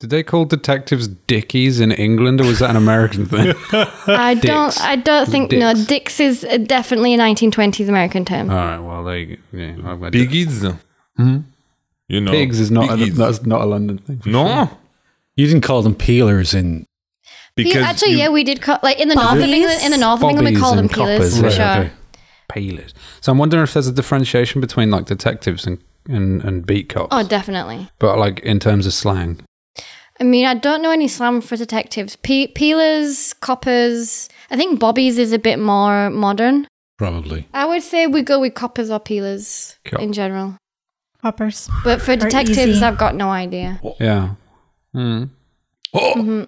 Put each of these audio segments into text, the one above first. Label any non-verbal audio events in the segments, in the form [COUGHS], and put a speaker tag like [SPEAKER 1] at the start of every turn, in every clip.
[SPEAKER 1] Did they call detectives dickies in England, or was that an
[SPEAKER 2] [LAUGHS]
[SPEAKER 1] American thing? [LAUGHS]
[SPEAKER 3] I don't.
[SPEAKER 1] Dicks.
[SPEAKER 3] I don't think no.
[SPEAKER 1] Dicks. Uh,
[SPEAKER 3] Dicks is uh, definitely a 1920s American term.
[SPEAKER 1] All right, well, there you go. Yeah, I- I-
[SPEAKER 2] Biggies. You know.
[SPEAKER 1] Pigs is not a,
[SPEAKER 2] biggies.
[SPEAKER 1] that's not a London thing. for sure.
[SPEAKER 2] no.
[SPEAKER 4] You didn't call them peelers in.
[SPEAKER 3] Peel- actually,
[SPEAKER 2] you-
[SPEAKER 3] yeah, we did. Call, like in the north of
[SPEAKER 5] Bobbies?
[SPEAKER 3] England, in the north of England, we
[SPEAKER 4] Bobbies
[SPEAKER 3] call them
[SPEAKER 4] and
[SPEAKER 3] peelers
[SPEAKER 4] coppers,
[SPEAKER 3] for
[SPEAKER 4] right,
[SPEAKER 3] sure.
[SPEAKER 4] okay.
[SPEAKER 1] Peelers. So I'm wondering if there's a differentiation between like detectives and and, and beat cops,
[SPEAKER 3] Oh, definitely.
[SPEAKER 1] but like in terms of slang.
[SPEAKER 3] I mean, I don't know any slang for detectives. Pe- peelers, coppers. I think bobbies is a bit more modern.
[SPEAKER 4] Probably.
[SPEAKER 3] I would say we go with coppers or peelers
[SPEAKER 1] Cool.
[SPEAKER 3] in general.
[SPEAKER 5] Hoppers.
[SPEAKER 3] But for
[SPEAKER 5] Or
[SPEAKER 3] detectives,
[SPEAKER 5] easy.
[SPEAKER 3] I've got no idea.
[SPEAKER 1] Yeah. Mm.
[SPEAKER 2] Oh,
[SPEAKER 3] Mhm.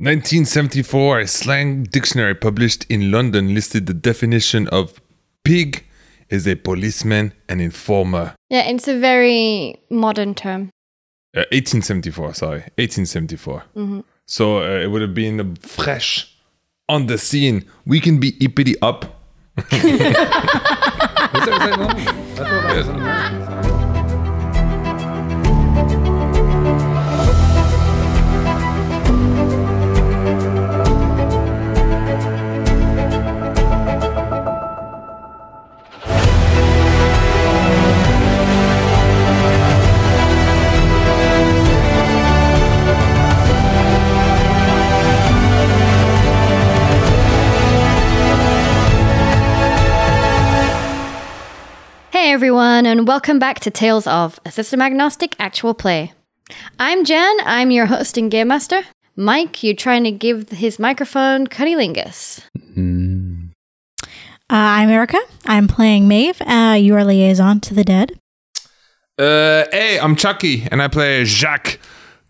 [SPEAKER 2] 1974, a slang dictionary published in London listed the definition of pig as a policeman and informer.
[SPEAKER 3] Yeah, it's a very modern term.
[SPEAKER 2] Uh, 1874, sorry. 1874.
[SPEAKER 3] Mhm.
[SPEAKER 2] So uh, it would have been the fresh on the scene. We can be ippity up.
[SPEAKER 1] Is that- is that London? I thought that was an American slang.
[SPEAKER 3] Hey everyone, and welcome back to Tales of a System Agnostic Actual Play. I'm Jan, I'm your host and game master. Mike, you're trying to give his microphone cunnilingus.
[SPEAKER 5] Uh, I'm Erica. I'm playing Maeve, uh, your liaison to the dead. [LAUGHS]
[SPEAKER 2] Uh, hey, I'm Chucky, and I play Jacques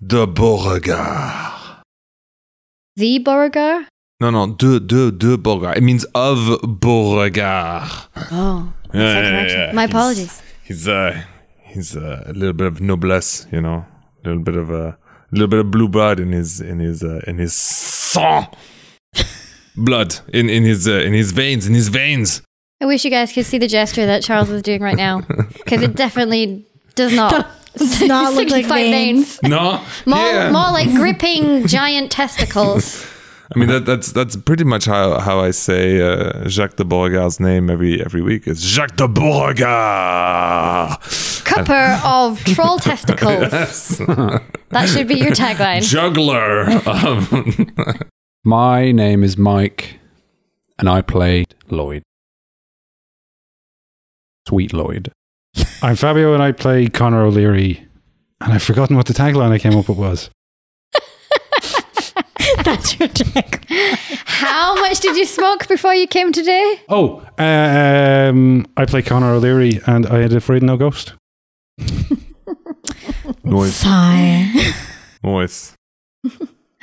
[SPEAKER 2] de Beauregard.
[SPEAKER 3] The Beauregard?
[SPEAKER 2] No, no, de, de, de Beauregard. It means of Beauregard.
[SPEAKER 3] Oh,
[SPEAKER 2] Yeah,
[SPEAKER 3] second
[SPEAKER 2] yeah,
[SPEAKER 3] action.
[SPEAKER 2] yeah.
[SPEAKER 3] My
[SPEAKER 2] He's-
[SPEAKER 3] apologies.
[SPEAKER 2] He's uh, he's uh, a little bit of noblesse, you know, a little bit of a little bit of blue blood in his in his uh, in his sang, blood in in his uh, in his veins in his veins.
[SPEAKER 3] I wish you guys could see the gesture that Charles is doing right now, because it definitely does not,
[SPEAKER 5] [LAUGHS] Does not look like
[SPEAKER 3] signify
[SPEAKER 5] veins.
[SPEAKER 2] No,
[SPEAKER 3] More,
[SPEAKER 2] yeah.
[SPEAKER 3] more like gripping giant testicles.
[SPEAKER 2] I
[SPEAKER 4] Uh-huh.
[SPEAKER 2] mean that that's that's pretty much how how I say uh, Jacques de Beauregard's name every every week. It's Jacques de Beauregard.
[SPEAKER 3] Cupper of troll testicles.
[SPEAKER 2] [LAUGHS]
[SPEAKER 3] That should be your tagline. [LAUGHS]
[SPEAKER 2] Juggler
[SPEAKER 4] [LAUGHS]
[SPEAKER 2] of
[SPEAKER 1] [LAUGHS] My name is Mike, and I play Lloyd. Sweet Lloyd.
[SPEAKER 4] I'm Fabio and I play Connor O'Leary. And I've forgotten what the tagline I came up with was.
[SPEAKER 5] That's your tag.
[SPEAKER 3] How much did you smoke before you came today?
[SPEAKER 4] Oh, um, I play Connor O'Leary and I had Afraid No Ghost.
[SPEAKER 2] noise
[SPEAKER 5] Sigh.
[SPEAKER 2] noise.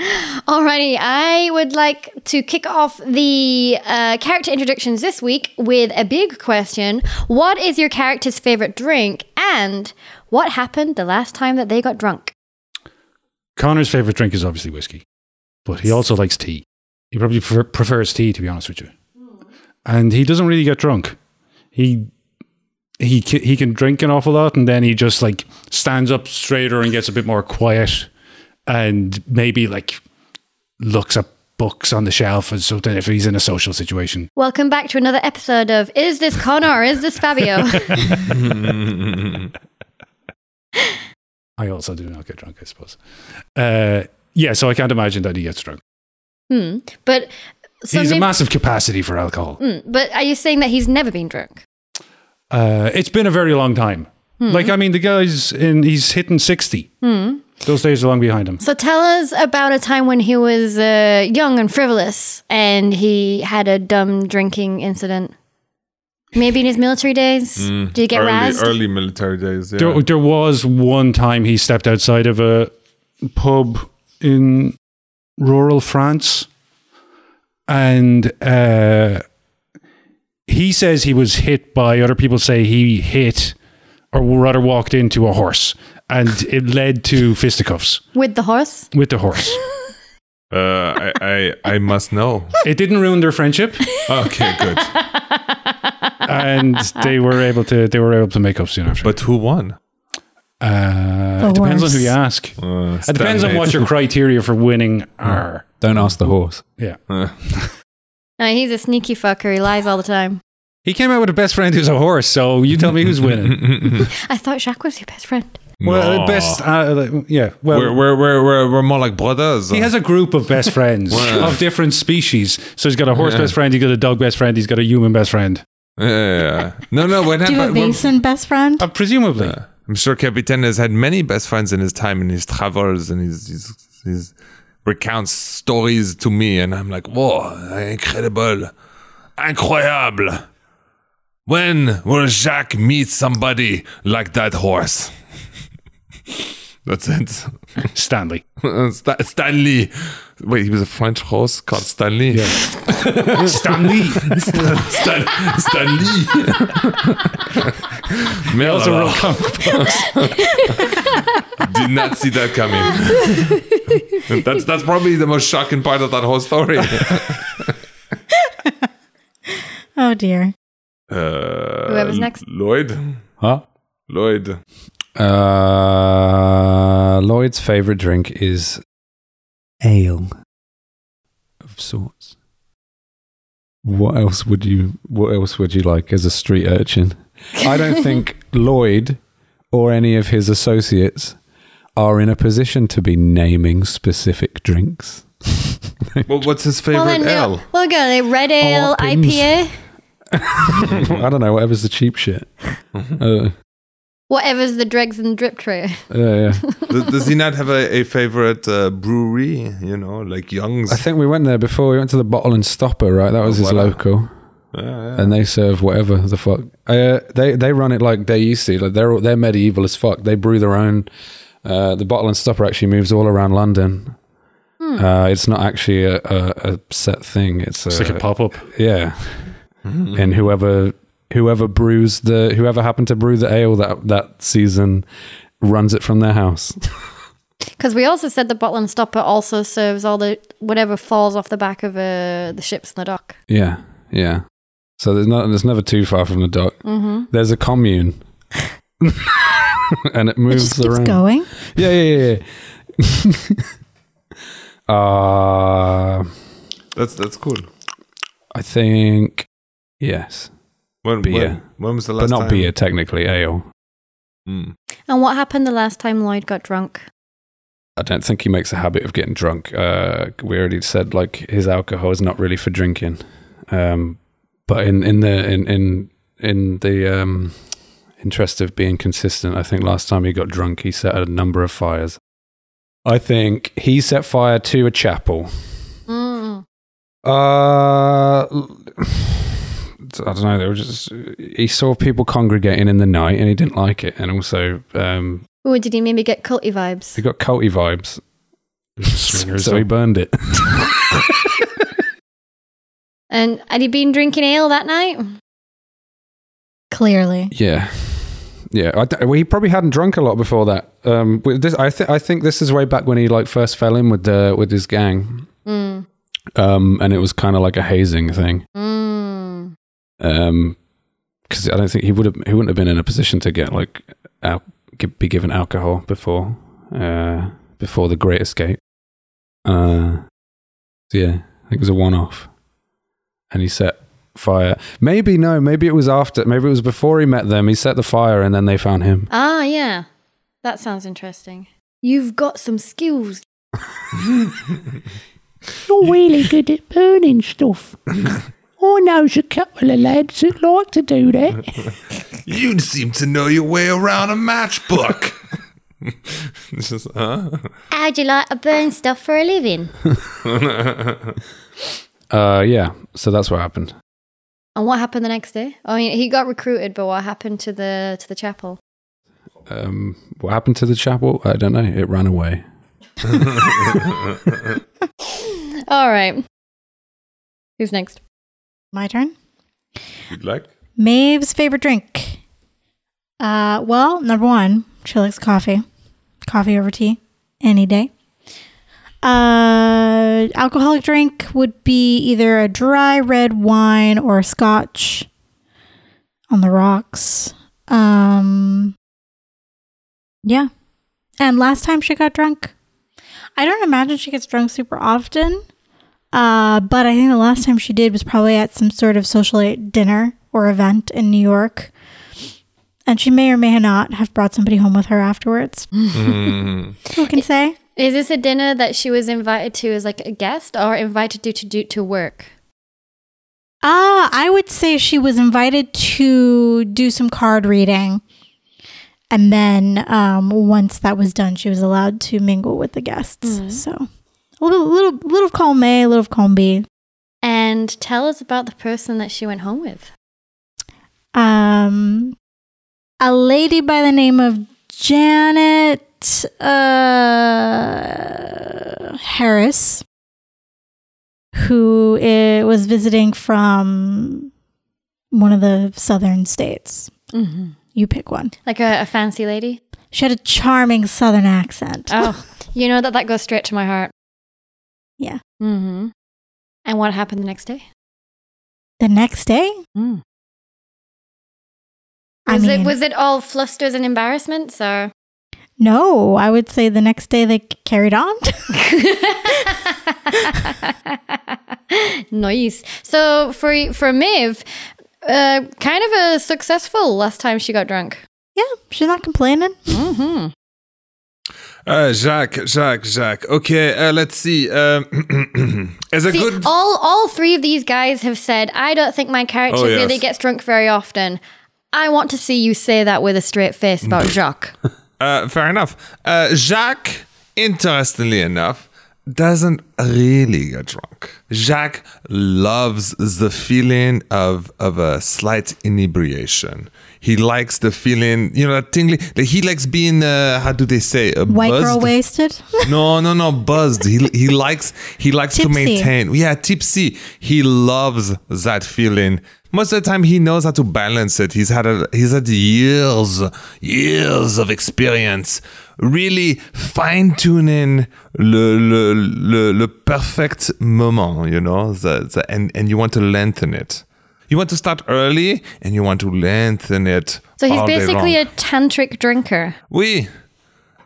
[SPEAKER 3] Alrighty, I would like to kick off the uh, character introductions this week with a big question. What is your character's favorite drink? And what happened the last time that they got drunk?
[SPEAKER 4] Connor's favorite drink is obviously whiskey, but he also likes tea. He probably prefer- prefers tea, to be honest with you. And he doesn't really get drunk. He he ca- he can drink an awful lot, and then he just like stands up straighter and gets a bit more quiet, and maybe like looks up books on the shelf and something if he's in a social situation.
[SPEAKER 3] Welcome back to another episode of Is This Connor or Is This
[SPEAKER 4] [LAUGHS]
[SPEAKER 3] Fabio?
[SPEAKER 4] I also do not get drunk, I suppose. Uh, yeah, so I can't imagine that he gets drunk.
[SPEAKER 3] hmm. But some
[SPEAKER 4] he's a
[SPEAKER 3] peop-
[SPEAKER 4] massive capacity for alcohol.
[SPEAKER 3] Hmm. But are you saying that he's never been drunk?
[SPEAKER 4] Uh, it's been a very long time. Like, I mean, the guy's in, he's hitting 60.
[SPEAKER 3] Hmm,
[SPEAKER 4] Those days are long behind him.
[SPEAKER 3] So tell us about a time when he was uh, young and frivolous and he had a dumb drinking incident. Maybe in his military days?
[SPEAKER 4] Mm.
[SPEAKER 3] Did he get
[SPEAKER 2] Mm, early,
[SPEAKER 3] razzed?
[SPEAKER 2] early military days. Yeah.
[SPEAKER 4] There, there was one time he stepped outside of a pub in rural France, and uh, he says he was hit by. Other people say he hit, or rather, walked into a horse, and it led to fisticuffs
[SPEAKER 3] With the horse? [LAUGHS]
[SPEAKER 4] with the horse.
[SPEAKER 2] Uh, I, I I must know.
[SPEAKER 4] it didn't ruin their friendship,
[SPEAKER 2] Okay, good.
[SPEAKER 4] and they were able to they were able to make up soon after.
[SPEAKER 2] But who won?
[SPEAKER 4] Uh,
[SPEAKER 5] The
[SPEAKER 4] it depends on who
[SPEAKER 5] worst.
[SPEAKER 4] you ask.
[SPEAKER 2] Uh,
[SPEAKER 4] It depends on
[SPEAKER 2] [LAUGHS]
[SPEAKER 4] what your criteria for winning are.
[SPEAKER 1] Don't ask the horse.
[SPEAKER 4] Yeah.
[SPEAKER 2] [LAUGHS] Uh,
[SPEAKER 3] No, he's a sneaky fucker. He lies all the time.
[SPEAKER 4] He came out with a best friend who's a horse, so you tell me who's [LAUGHS] winning.
[SPEAKER 3] I thought Jacques was your best friend.
[SPEAKER 4] well,
[SPEAKER 2] no.
[SPEAKER 4] best, uh, like, yeah. Well,
[SPEAKER 2] we're, we're, we're, we're, we're more like brothers.
[SPEAKER 4] he has a group of best [LAUGHS] friends
[SPEAKER 2] Wow.
[SPEAKER 4] of different species. So he's got a horse
[SPEAKER 2] Yeah.
[SPEAKER 4] best friend, he's got a dog best friend, he's got a human best friend.
[SPEAKER 2] Yeah, yeah, yeah. No, no.
[SPEAKER 3] [LAUGHS]
[SPEAKER 2] What
[SPEAKER 5] Do you have a
[SPEAKER 2] happened? we're-
[SPEAKER 5] basin best friend?
[SPEAKER 4] Uh, presumably.
[SPEAKER 2] I'm sure Capitan has had many best friends in his time and his travels and his, his, his recounts stories to me. And I'm like, whoa, incredible, incroyable. When will Jacques meet somebody like that horse? [LAUGHS] That's it. [LAUGHS]
[SPEAKER 4] [LAUGHS] Stanley.
[SPEAKER 2] Sta- Stanley. Wait, he was a French horse called Stanley?
[SPEAKER 4] [LAUGHS] Stanley.
[SPEAKER 2] [LAUGHS] Stan, Stanley. [LAUGHS] Merde,
[SPEAKER 4] Also
[SPEAKER 2] alors.
[SPEAKER 4] wrote comic books.
[SPEAKER 2] Did not see that coming. [LAUGHS] that's that's probably the most shocking part of that whole story. [LAUGHS]
[SPEAKER 5] Oh dear.
[SPEAKER 2] Uh,
[SPEAKER 3] Whoever's next.
[SPEAKER 2] Lloyd.
[SPEAKER 1] Huh?
[SPEAKER 2] Lloyd.
[SPEAKER 1] Uh, Lloyd's favorite drink is ale of sorts. What else would you what else would you like as a street urchin? I don't
[SPEAKER 3] [LAUGHS]
[SPEAKER 1] think Lloyd or any of his associates are in a position to be naming specific drinks. [LAUGHS]
[SPEAKER 2] Well, what's his
[SPEAKER 3] Well,
[SPEAKER 2] favorite
[SPEAKER 3] then,
[SPEAKER 2] L?
[SPEAKER 3] no. well, go a
[SPEAKER 1] Oh,
[SPEAKER 3] red ale
[SPEAKER 1] Pims.
[SPEAKER 3] IPA,
[SPEAKER 1] I don't know, whatever's the cheap shit. Uh,
[SPEAKER 3] whatever's the dregs and drip tray. [LAUGHS]
[SPEAKER 1] yeah, yeah.
[SPEAKER 2] Does, does he not have a, a favorite uh, brewery? You know, like Young's.
[SPEAKER 1] I think we went there before. We went to the Bottle and Stopper, right? That was
[SPEAKER 4] Oh,
[SPEAKER 1] his
[SPEAKER 2] Voilà.
[SPEAKER 1] local.
[SPEAKER 2] Yeah, yeah.
[SPEAKER 1] and they serve whatever the fuck. Uh, they they run it like they used to. Like they're they're medieval as fuck. They brew their own. Uh, the bottle and stopper actually moves all around London. Uh, it's not actually a, a, a set thing. It's,
[SPEAKER 4] It's like a Mm-hmm. pop up.
[SPEAKER 1] yeah. And whoever whoever brews the whoever happened to brew the ale that that season runs it from their house.
[SPEAKER 3] Because we also said the bottle and stopper also serves all the whatever falls off the back of uh, the ships in the dock.
[SPEAKER 1] yeah, yeah. So there's not there's never too far from the dock.
[SPEAKER 3] Mm-hmm.
[SPEAKER 1] There's a commune. [LAUGHS] and it
[SPEAKER 5] It
[SPEAKER 1] moves
[SPEAKER 5] just keeps
[SPEAKER 1] around.
[SPEAKER 5] going.
[SPEAKER 1] Yeah, yeah, yeah. [LAUGHS] yeah. uh,
[SPEAKER 2] that's that's cool.
[SPEAKER 1] I think yes,
[SPEAKER 2] When, when,
[SPEAKER 1] Beer.
[SPEAKER 2] when was the
[SPEAKER 1] but
[SPEAKER 2] last
[SPEAKER 1] not
[SPEAKER 2] time?
[SPEAKER 1] beer. Technically, ale.
[SPEAKER 2] Mm.
[SPEAKER 3] And what happened the last time Lloyd got drunk?
[SPEAKER 1] I don't think he makes a habit of getting drunk. Uh, we already said like his alcohol is not really for drinking. Um, but in in the in in in the um, interest of being consistent, I think last time he got drunk, he set a number of fires. I think he set fire to a chapel.
[SPEAKER 3] Mm.
[SPEAKER 1] Uh, I don't know. There were just he saw people congregating in the night, and he didn't like it. And also, um,
[SPEAKER 3] Ooh, did he maybe get culty vibes?
[SPEAKER 1] he got culty vibes,
[SPEAKER 4] [LAUGHS] Swingers.
[SPEAKER 1] so he burned it.
[SPEAKER 3] And had he been drinking ale that night?
[SPEAKER 5] Clearly.
[SPEAKER 1] yeah, yeah. I don't- well, he probably hadn't drunk a lot before that. Um, with this, I think I think this is way back when he like first fell in with the with his gang.
[SPEAKER 3] Mm.
[SPEAKER 1] Um, and it was kind of like a hazing thing.
[SPEAKER 3] Mm.
[SPEAKER 1] Um 'cause because I don't think he would have he wouldn't have been in a position to get like al- gi- be given alcohol before uh before the Great Escape. Uh, so yeah, I think it was a one-off, and he set fire. Maybe no, maybe it was after. Maybe it was before he met them. He set the fire, and then they found him.
[SPEAKER 3] Ah, yeah. That sounds interesting. You've got some skills.
[SPEAKER 6] You're really good at burning stuff. I knows a couple of lads that like to do that.
[SPEAKER 2] You seem to know your way around a matchbook. [LAUGHS] It's just, huh? [LAUGHS]
[SPEAKER 3] How'd you like to burn stuff for a living?
[SPEAKER 1] Uh, yeah. So that's what happened.
[SPEAKER 3] And what happened the next day? I mean, he got recruited, but what happened to the to the chapel?
[SPEAKER 1] Um, what happened to the chapel? I don't know. It ran away.
[SPEAKER 3] All right. Who's next?
[SPEAKER 5] My turn.
[SPEAKER 2] You'd like?
[SPEAKER 5] Maeve's favorite drink. Uh, well, number one, she likes coffee. Coffee over tea, any day. Uh, alcoholic drink would be either a dry red wine or scotch on the rocks. Um, Yeah. And last time she got drunk. I don't imagine she gets drunk super often. Uh, but I think the last time she did was probably at some sort of social dinner or event in New York. And she may or may not have brought somebody home with her afterwards. Who can say?
[SPEAKER 3] Is this a dinner that she was invited to as like a guest or invited to to do to work?
[SPEAKER 5] Ah, I would say she was invited to do some card reading. And then um, once that was done, she was allowed to mingle with the guests. So a little, little, little of column A, a little of column B.
[SPEAKER 3] And tell us about the person that she went home with.
[SPEAKER 5] Um, a lady by the name of Janet uh, Harris, who i- was visiting from one of the southern states.
[SPEAKER 3] Mm-hmm.
[SPEAKER 5] You pick one.
[SPEAKER 3] Like a, a fancy
[SPEAKER 5] [LAUGHS]
[SPEAKER 3] lady.
[SPEAKER 5] She had a charming southern accent.
[SPEAKER 3] Oh, you know that that goes straight to my heart.
[SPEAKER 5] Yeah.
[SPEAKER 3] Mm-hmm. And what happened the next day?
[SPEAKER 5] The next day,
[SPEAKER 3] Mm.
[SPEAKER 5] I
[SPEAKER 3] was
[SPEAKER 5] mean,
[SPEAKER 3] it was it all flusters and embarrassments or? [LAUGHS]
[SPEAKER 5] no, I would say the next day they c- carried on. [LAUGHS]
[SPEAKER 3] nice. So for for Maeve, uh, kind of a successful last time she got drunk.
[SPEAKER 5] yeah, she's not complaining.
[SPEAKER 3] Mm-hmm.
[SPEAKER 2] Uh, Jacques, Jacques, Jacques. Okay, uh, let's see. Um, [CLEARS THROAT] as a
[SPEAKER 3] See, oh,
[SPEAKER 2] good.
[SPEAKER 3] all all three of these guys have said, "I don't think my character
[SPEAKER 2] Oh, yes.
[SPEAKER 3] really gets drunk very often." I want to see you say that with a straight face about Jacques.
[SPEAKER 2] Uh, fair enough. Uh, Jacques, interestingly enough, doesn't really get drunk. Jacques loves the feeling of of a slight inebriation. He likes the feeling, you know, that tingling. That he likes being, uh, how do they say, uh,
[SPEAKER 5] White girl
[SPEAKER 2] buzzed?
[SPEAKER 5] wasted. [LAUGHS]
[SPEAKER 2] [LAUGHS] No, no, no, buzzed. He he likes he likes to
[SPEAKER 5] Tipsy.
[SPEAKER 2] maintain. Yeah, tipsy. He loves that feeling. Most of the time, he knows how to balance it. He's had a, he's had years years of experience, really fine tuning le, le le le perfect moment. You know, the, the and and you want to lengthen it. You want to start early, and you want to lengthen it.
[SPEAKER 3] So he's
[SPEAKER 2] all day
[SPEAKER 3] basically
[SPEAKER 2] long.
[SPEAKER 3] a tantric drinker.
[SPEAKER 2] We.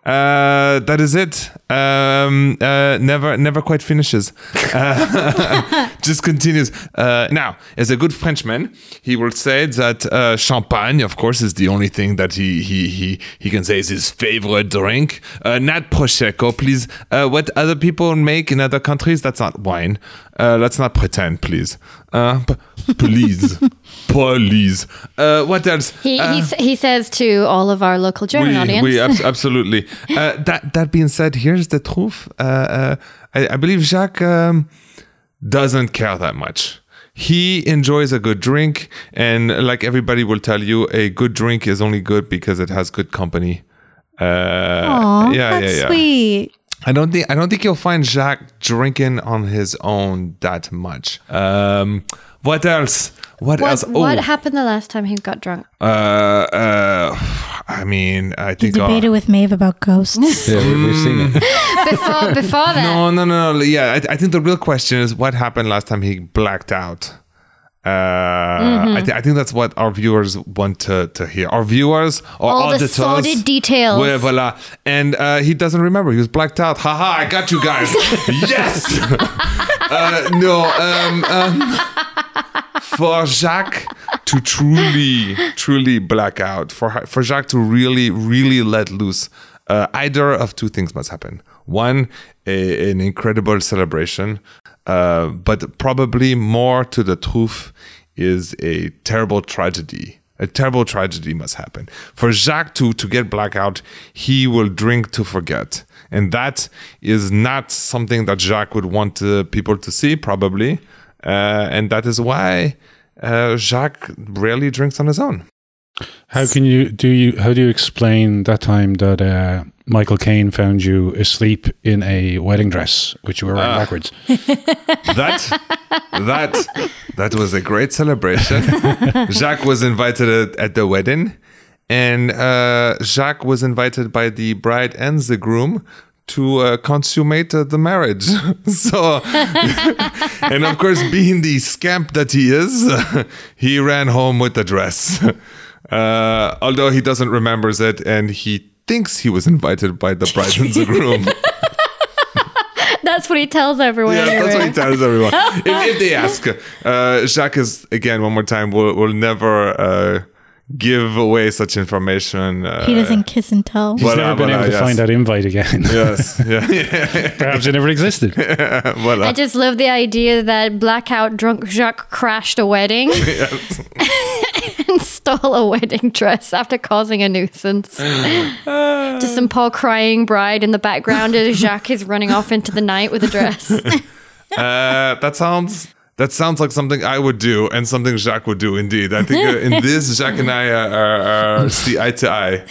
[SPEAKER 2] Uh, that is it. Um, uh, never, never quite finishes. Uh, [LAUGHS] just continues. Uh, now, as a good Frenchman, he will say that uh, champagne, of course, is the only thing that he he he, he can say is his favorite drink. Uh, not prosecco, please. Uh, what other people make in other countries, that's not wine. Uh, let's not pretend, please. Uh, p-
[SPEAKER 3] [LAUGHS]
[SPEAKER 2] please, please. Uh, what else?
[SPEAKER 3] He,
[SPEAKER 2] Uh,
[SPEAKER 3] he s he says to all of our local German
[SPEAKER 2] we,
[SPEAKER 3] audience.
[SPEAKER 2] we abs-
[SPEAKER 5] [LAUGHS]
[SPEAKER 2] absolutely. Uh, that that being said, here's the truth. Uh, uh, I, I believe Jacques um, doesn't care that much. He enjoys a good drink, and like everybody will tell you, a good drink is only good because it has good company. Uh,
[SPEAKER 5] Aw, that's sweet.
[SPEAKER 2] I don't think I don't think you'll find Jacques drinking on his own that much. Um, what else? What,
[SPEAKER 3] what,
[SPEAKER 2] else?
[SPEAKER 3] what happened the last time he got drunk?
[SPEAKER 2] uh, uh, I mean, I
[SPEAKER 5] He
[SPEAKER 2] think uh,
[SPEAKER 5] debated with Maeve about ghosts.
[SPEAKER 4] [LAUGHS]
[SPEAKER 1] Yeah, we, we've seen it.
[SPEAKER 3] Before
[SPEAKER 2] [LAUGHS]
[SPEAKER 3] before that,
[SPEAKER 2] No, no, no, no. Yeah, I, I think the real question is what happened last time he blacked out. Uh, I,
[SPEAKER 3] Mm-hmm.
[SPEAKER 2] thi- I think that's what our viewers want to, to hear. Our viewers or
[SPEAKER 3] All the
[SPEAKER 2] auditors.
[SPEAKER 3] sordid details.
[SPEAKER 2] Ouais, voilà. And uh, he doesn't remember. He was blacked out. Haha! I got you guys.
[SPEAKER 3] [LAUGHS]
[SPEAKER 2] yes. uh, no. Um, um, for Jacques to truly, truly black out, for her- for Jacques to really, really let loose, uh, either of two things must happen. One, a, an incredible celebration, uh, but probably more to the truth is a terrible tragedy. A terrible tragedy must happen for Jacques to to get blackout. He will drink to forget, and that is not something that Jacques would want uh, people to see, probably. Uh, and that is why uh, Jacques rarely drinks on his own.
[SPEAKER 4] How can you do you? How do you explain that time that uh, Michael Caine found you asleep in a wedding dress, which you were
[SPEAKER 2] Ah. [LAUGHS]
[SPEAKER 4] wearing backwards?
[SPEAKER 2] That that that was a great celebration. Jacques was invited at, at the wedding, and uh, Jacques was invited by the bride and the groom to uh, consummate uh, the marriage. [LAUGHS] so, and of course, being the scamp that he is, [LAUGHS] he ran home with the dress. Uh, although he doesn't remembers it, and he thinks he was invited by the bride and the groom.
[SPEAKER 3] That's what he tells everyone.
[SPEAKER 2] yeah, that's what
[SPEAKER 3] anyway.
[SPEAKER 2] he tells [LAUGHS] everyone. if, if they ask, uh, Jacques is again one more time. Will will never uh, give away such information. Uh,
[SPEAKER 5] He doesn't kiss and tell.
[SPEAKER 4] He's
[SPEAKER 2] Well,
[SPEAKER 4] never
[SPEAKER 2] uh,
[SPEAKER 4] been
[SPEAKER 2] well,
[SPEAKER 4] able
[SPEAKER 2] uh,
[SPEAKER 4] to
[SPEAKER 2] yes.
[SPEAKER 4] find that invite
[SPEAKER 2] [LAUGHS]
[SPEAKER 4] again.
[SPEAKER 2] Yes. Yeah. [LAUGHS] yeah.
[SPEAKER 4] [LAUGHS] Perhaps it never existed. [LAUGHS]
[SPEAKER 2] Voila.
[SPEAKER 3] I just love the idea that blackout drunk Jacques crashed
[SPEAKER 2] [LAUGHS]
[SPEAKER 3] a wedding and stole a wedding dress after causing
[SPEAKER 2] [GASPS]
[SPEAKER 3] a nuisance. Just some poor crying bride in the background as Jacques is running off into the night with a dress.
[SPEAKER 2] Uh, that sounds that sounds like something I would do and something Jacques would do indeed. I think uh, in
[SPEAKER 5] [LAUGHS]
[SPEAKER 2] this Jacques and I are, are, are see eye to eye.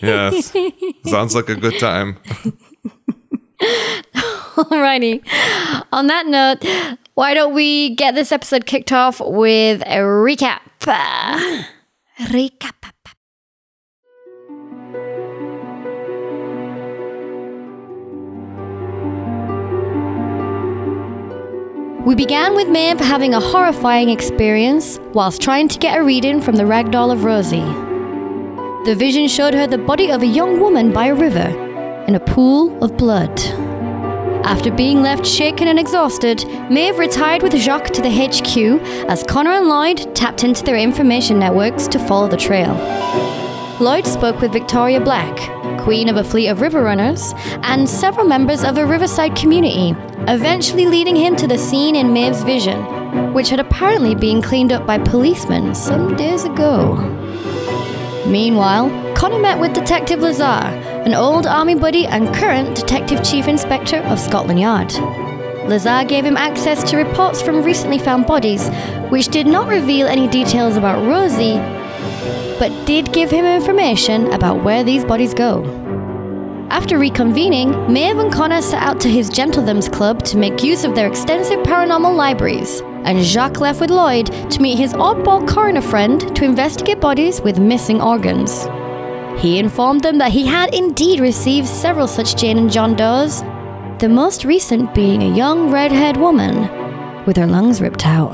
[SPEAKER 2] Yes, sounds like a good time.
[SPEAKER 3] [LAUGHS] Alrighty. On that note, why don't we get this episode kicked off with a recap? recap. We began with Maeve having a horrifying experience whilst trying to get a reading from the ragdoll of Rosie. The vision showed her the body of a young woman by a river in a pool of blood. After being left shaken and exhausted, Maeve retired with Jacques to the HQ as Connor and Lloyd tapped into their information networks to follow the trail. Lloyd spoke with Victoria Black, queen of a fleet of river runners, and several members of a riverside community, eventually leading him to the scene in Maeve's vision, which had apparently been cleaned up by policemen some days ago. Meanwhile, Connor met with Detective Lazar, an old army buddy and current Detective Chief Inspector of Scotland Yard. Lazar gave him access to reports from recently found bodies, which did not reveal any details about Rosie, but did give him information about where these bodies go. After reconvening, Maeve and Connor set out to his Gentlethem's Club to make use of their extensive paranormal libraries, and Jacques left with Lloyd to meet his oddball coroner friend to investigate bodies with missing organs. He informed them that he had indeed received several such Jane and John Does, the most recent being a young red haired woman with her lungs ripped out.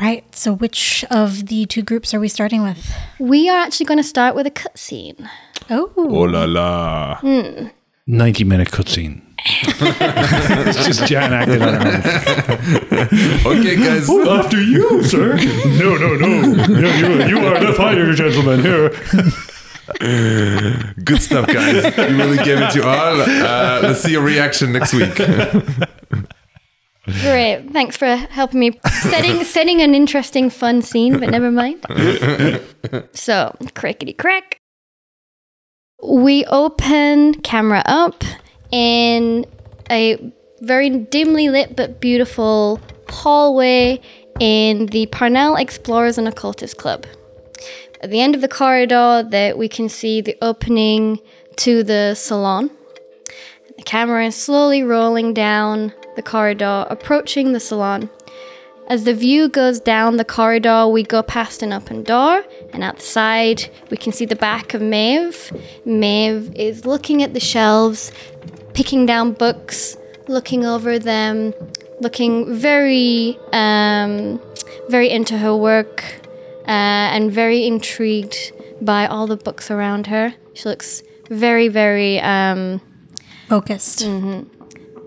[SPEAKER 5] Right. So, which of the two groups are we starting with?
[SPEAKER 3] We are actually going to start with a cutscene.
[SPEAKER 5] Oh,
[SPEAKER 2] Oh la la!
[SPEAKER 4] 90 minute cutscene. [LAUGHS] it's just Jan acting on her own.
[SPEAKER 2] [LAUGHS] Okay, [LAUGHS] guys.
[SPEAKER 4] After you, sir. No, no, no. no you, you are the fighter, gentlemen. Here.
[SPEAKER 2] Good stuff, guys. You really gave it to all. Uh, let's see your reaction next week.
[SPEAKER 3] Great. Thanks for helping me setting setting an interesting, fun scene, but never mind. So, crickety crack. We open camera up in a very dimly lit but beautiful hallway in the Parnell Explorers and Occultists Club. At the end of the corridor, that we can see the opening to the salon. The camera is slowly rolling down the corridor, approaching the salon. As the view goes down the corridor, we go past an open door, and at the side, we can see the back of Maeve. Maeve is looking at the shelves, picking down books, looking over them, looking very, um, very into her work, uh, and very intrigued by all the books around her. She looks very, very. Um,
[SPEAKER 5] focused.
[SPEAKER 3] Mm-hmm.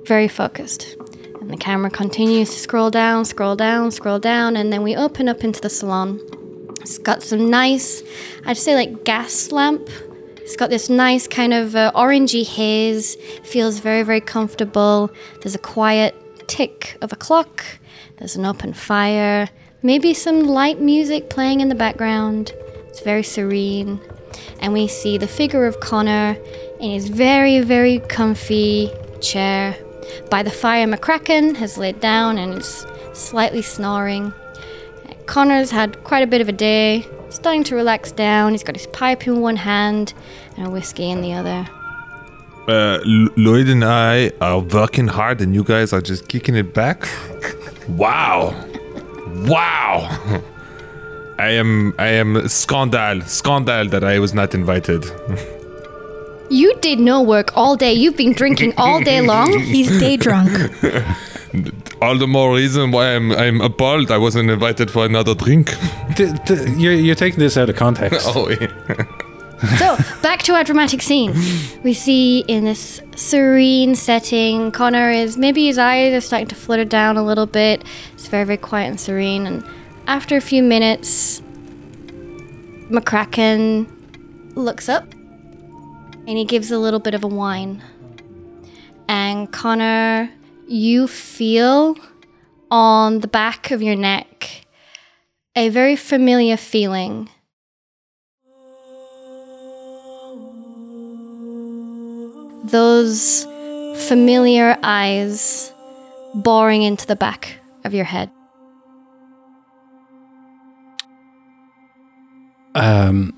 [SPEAKER 3] very focused. And the camera continues to scroll down, scroll down, scroll down, and then we open up into the salon. It's got some nice, I'd say like gas lamp. It's got this nice kind of uh, orangey haze, feels very, very comfortable. There's a quiet tick of a clock, there's an open fire, maybe some light music playing in the background. It's very serene. And we see the figure of Connor in his very, very comfy chair. By the fire, McCracken has laid down and is slightly snoring. Connor's had quite a bit of a day, starting to relax down. He's got his pipe in one hand and a whiskey in the other.
[SPEAKER 2] Uh, L- Lloyd and I are working hard, and you guys are just kicking it back. Wow, wow! [LAUGHS] I am, I am scandal, scandal that I was not invited.
[SPEAKER 3] You
[SPEAKER 4] [LAUGHS]
[SPEAKER 3] did no work all day. You've been drinking all day long.
[SPEAKER 5] He's day drunk.
[SPEAKER 2] All the more reason why I'm I'm appalled. I wasn't invited for another drink.
[SPEAKER 4] Th- th- you're, you're taking this out of context.
[SPEAKER 2] [LAUGHS] oh, yeah.
[SPEAKER 3] So, back to our dramatic scene. We see in this serene setting, Connor is maybe his eyes are starting to flutter down a little bit. It's very, very quiet and serene. And after a few minutes, McCracken looks up and he gives a little bit of a whine. And Connor, you feel on the back of your neck a very familiar feeling. those familiar eyes boring into the back of your head.
[SPEAKER 4] Um,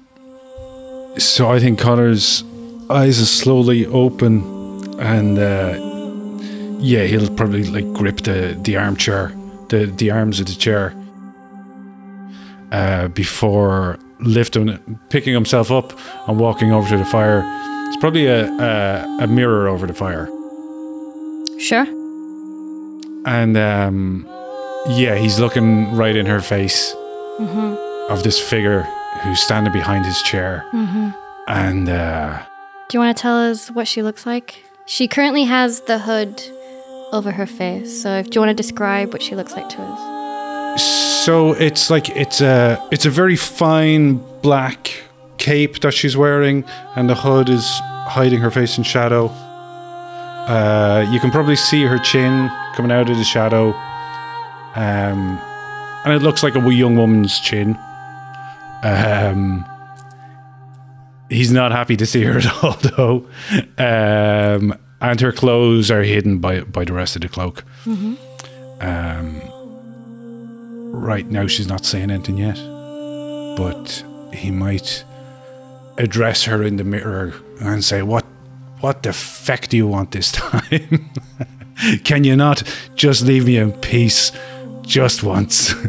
[SPEAKER 4] so I think Connor's eyes are slowly open, and uh, yeah, he'll probably like grip the the armchair, the the arms of the chair, uh, before lifting, picking himself up, and walking over to the fire. It's probably a a, a mirror over the fire,
[SPEAKER 3] Sure.
[SPEAKER 4] and um, yeah, he's looking right in her face
[SPEAKER 3] Mm-hmm.
[SPEAKER 4] of this figure who's standing behind his chair, and. Uh,
[SPEAKER 3] Mm-hmm. Do you want to tell us what she looks like? She currently has the hood over her face. So, if do you want to describe what she looks like to us?
[SPEAKER 4] So it's like it's a it's a very fine black cape that she's wearing, and the hood is hiding her face in shadow. Uh, you can probably see her chin coming out of the shadow, um, and it looks like a young woman's chin. Um, he's not happy to see her at [LAUGHS] all, though, um, and her clothes are hidden by by the rest of the cloak. Um, right now she's not saying anything yet, but he might address her in the mirror and say, "What, what the feck do you want this [LAUGHS] time? Can you not just leave me in peace, just once?" [LAUGHS]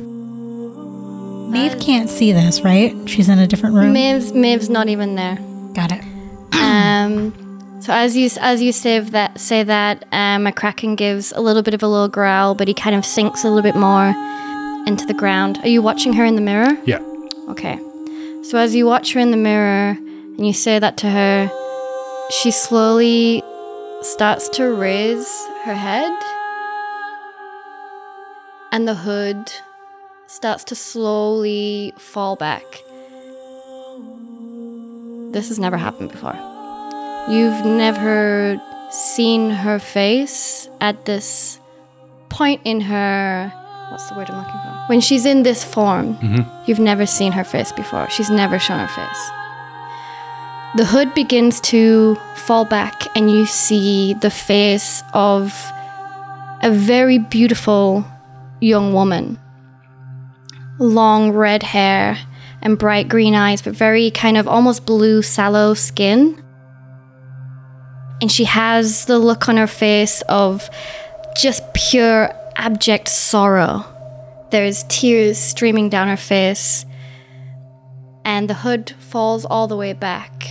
[SPEAKER 5] Maeve can't see this, right? She's in a different room.
[SPEAKER 3] Miv's Miv's not even there.
[SPEAKER 5] Got it.
[SPEAKER 3] Um, so as you as you say that, say that, um, McCracken gives a little bit of a low growl, but he kind of sinks a little bit more into the ground. Are you watching her in the mirror?
[SPEAKER 4] yeah,
[SPEAKER 3] Okay. So as you watch her in the mirror and you say that to her, she slowly starts to raise her head. And the hood starts to slowly fall back. This has never happened before. You've never seen her face at this point in her. What's the word I'm looking for? When she's in this form. You've never seen her face before. She's never shown her face. The hood begins to fall back, and you see the face of a very beautiful young woman. Long red hair and bright green eyes, but very kind of almost blue, sallow skin. And she has the look on her face of just pure, abject sorrow. There's tears streaming down her face, and the hood falls all the way back.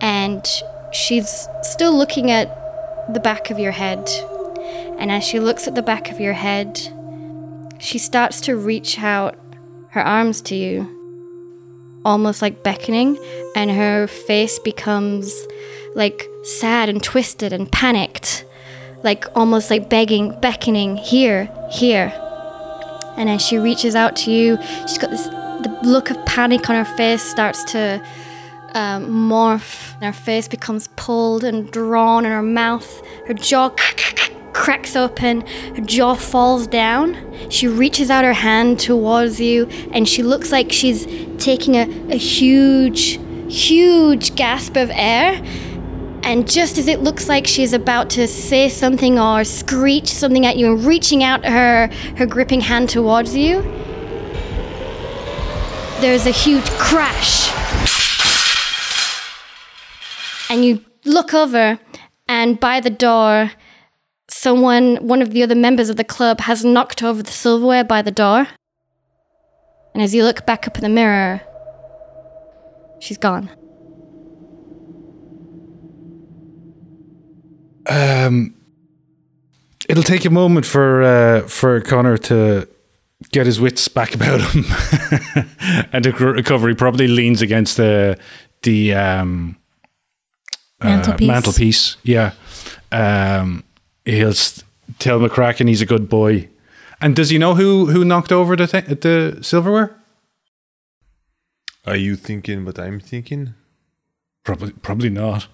[SPEAKER 3] And she's still looking at the back of your head. And as she looks at the back of your head, she starts to reach out her arms to you, almost like beckoning, and her face becomes like sad and twisted and panicked, like almost like begging, beckoning, here, here. And as she reaches out to you, she's got this the look of panic on her face starts to um, morph. And her face becomes pulled and drawn, and her mouth, her jaw cracks open, her jaw falls down. She reaches out her hand towards you, and she looks like she's taking a, a huge, huge gasp of air. And just as it looks like she's about to say something or screech something at you and reaching out her her gripping hand towards you, there's a huge crash. And you look over and by the door someone one of the other members of the club has knocked over the silverware by the door. And as you look back up in the mirror, she's gone.
[SPEAKER 4] um, It'll take a moment for uh, for Connor to get his wits back about him [LAUGHS] and to gr- recover. He probably leans against the the um, uh,
[SPEAKER 5] Mantelpiece.
[SPEAKER 4] mantelpiece. Yeah, um, he'll s- tell McCracken he's a good boy. And does he know who who knocked over the thi- the silverware?
[SPEAKER 2] Are you thinking what I'm [LAUGHS] thinking?
[SPEAKER 4] Probably probably not.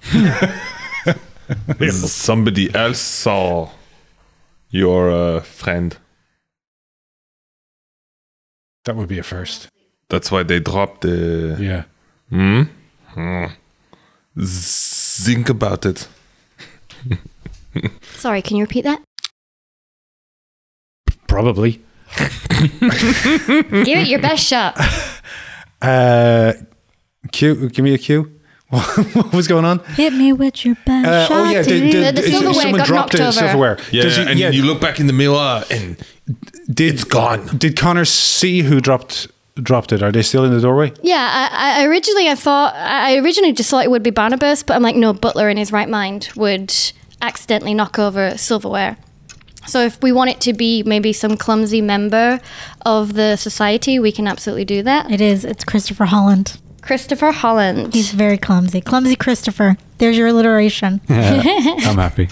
[SPEAKER 2] Somebody else saw your uh, friend.
[SPEAKER 4] That would be a first.
[SPEAKER 2] That's why they dropped the.
[SPEAKER 4] Yeah.
[SPEAKER 2] Hmm? Hmm. Think about it.
[SPEAKER 3] Sorry, can you repeat that?
[SPEAKER 4] Probably.
[SPEAKER 3] Give it your best shot.
[SPEAKER 4] Uh, cue. Give me a cue. [LAUGHS] what was going on?
[SPEAKER 5] Hit me with your best
[SPEAKER 4] Uh,
[SPEAKER 5] shot.
[SPEAKER 4] oh yeah, did,
[SPEAKER 5] did-
[SPEAKER 4] did,
[SPEAKER 3] The
[SPEAKER 4] did-
[SPEAKER 3] silverware
[SPEAKER 4] someone
[SPEAKER 3] got
[SPEAKER 4] dropped
[SPEAKER 3] knocked
[SPEAKER 4] the
[SPEAKER 3] over.
[SPEAKER 4] silverware.
[SPEAKER 2] Yeah,
[SPEAKER 4] Does he-
[SPEAKER 2] and
[SPEAKER 4] yeah,
[SPEAKER 2] you look back in the mirror and
[SPEAKER 4] did,
[SPEAKER 2] it's gone.
[SPEAKER 4] Did Connor see who dropped dropped it? Are they still in the doorway?
[SPEAKER 3] Yeah, I, I originally I thought I I originally just thought it would be Barnabas, but I'm like, no, Butler in his right mind would accidentally knock over silverware. So if we want it to be maybe some clumsy member of the society, we can absolutely do that.
[SPEAKER 5] It is. It's Christopher Holland.
[SPEAKER 3] Christopher Holland.
[SPEAKER 5] He's very clumsy. Clumsy Christopher. There's your alliteration.
[SPEAKER 4] Hmm.
[SPEAKER 1] I'm happy.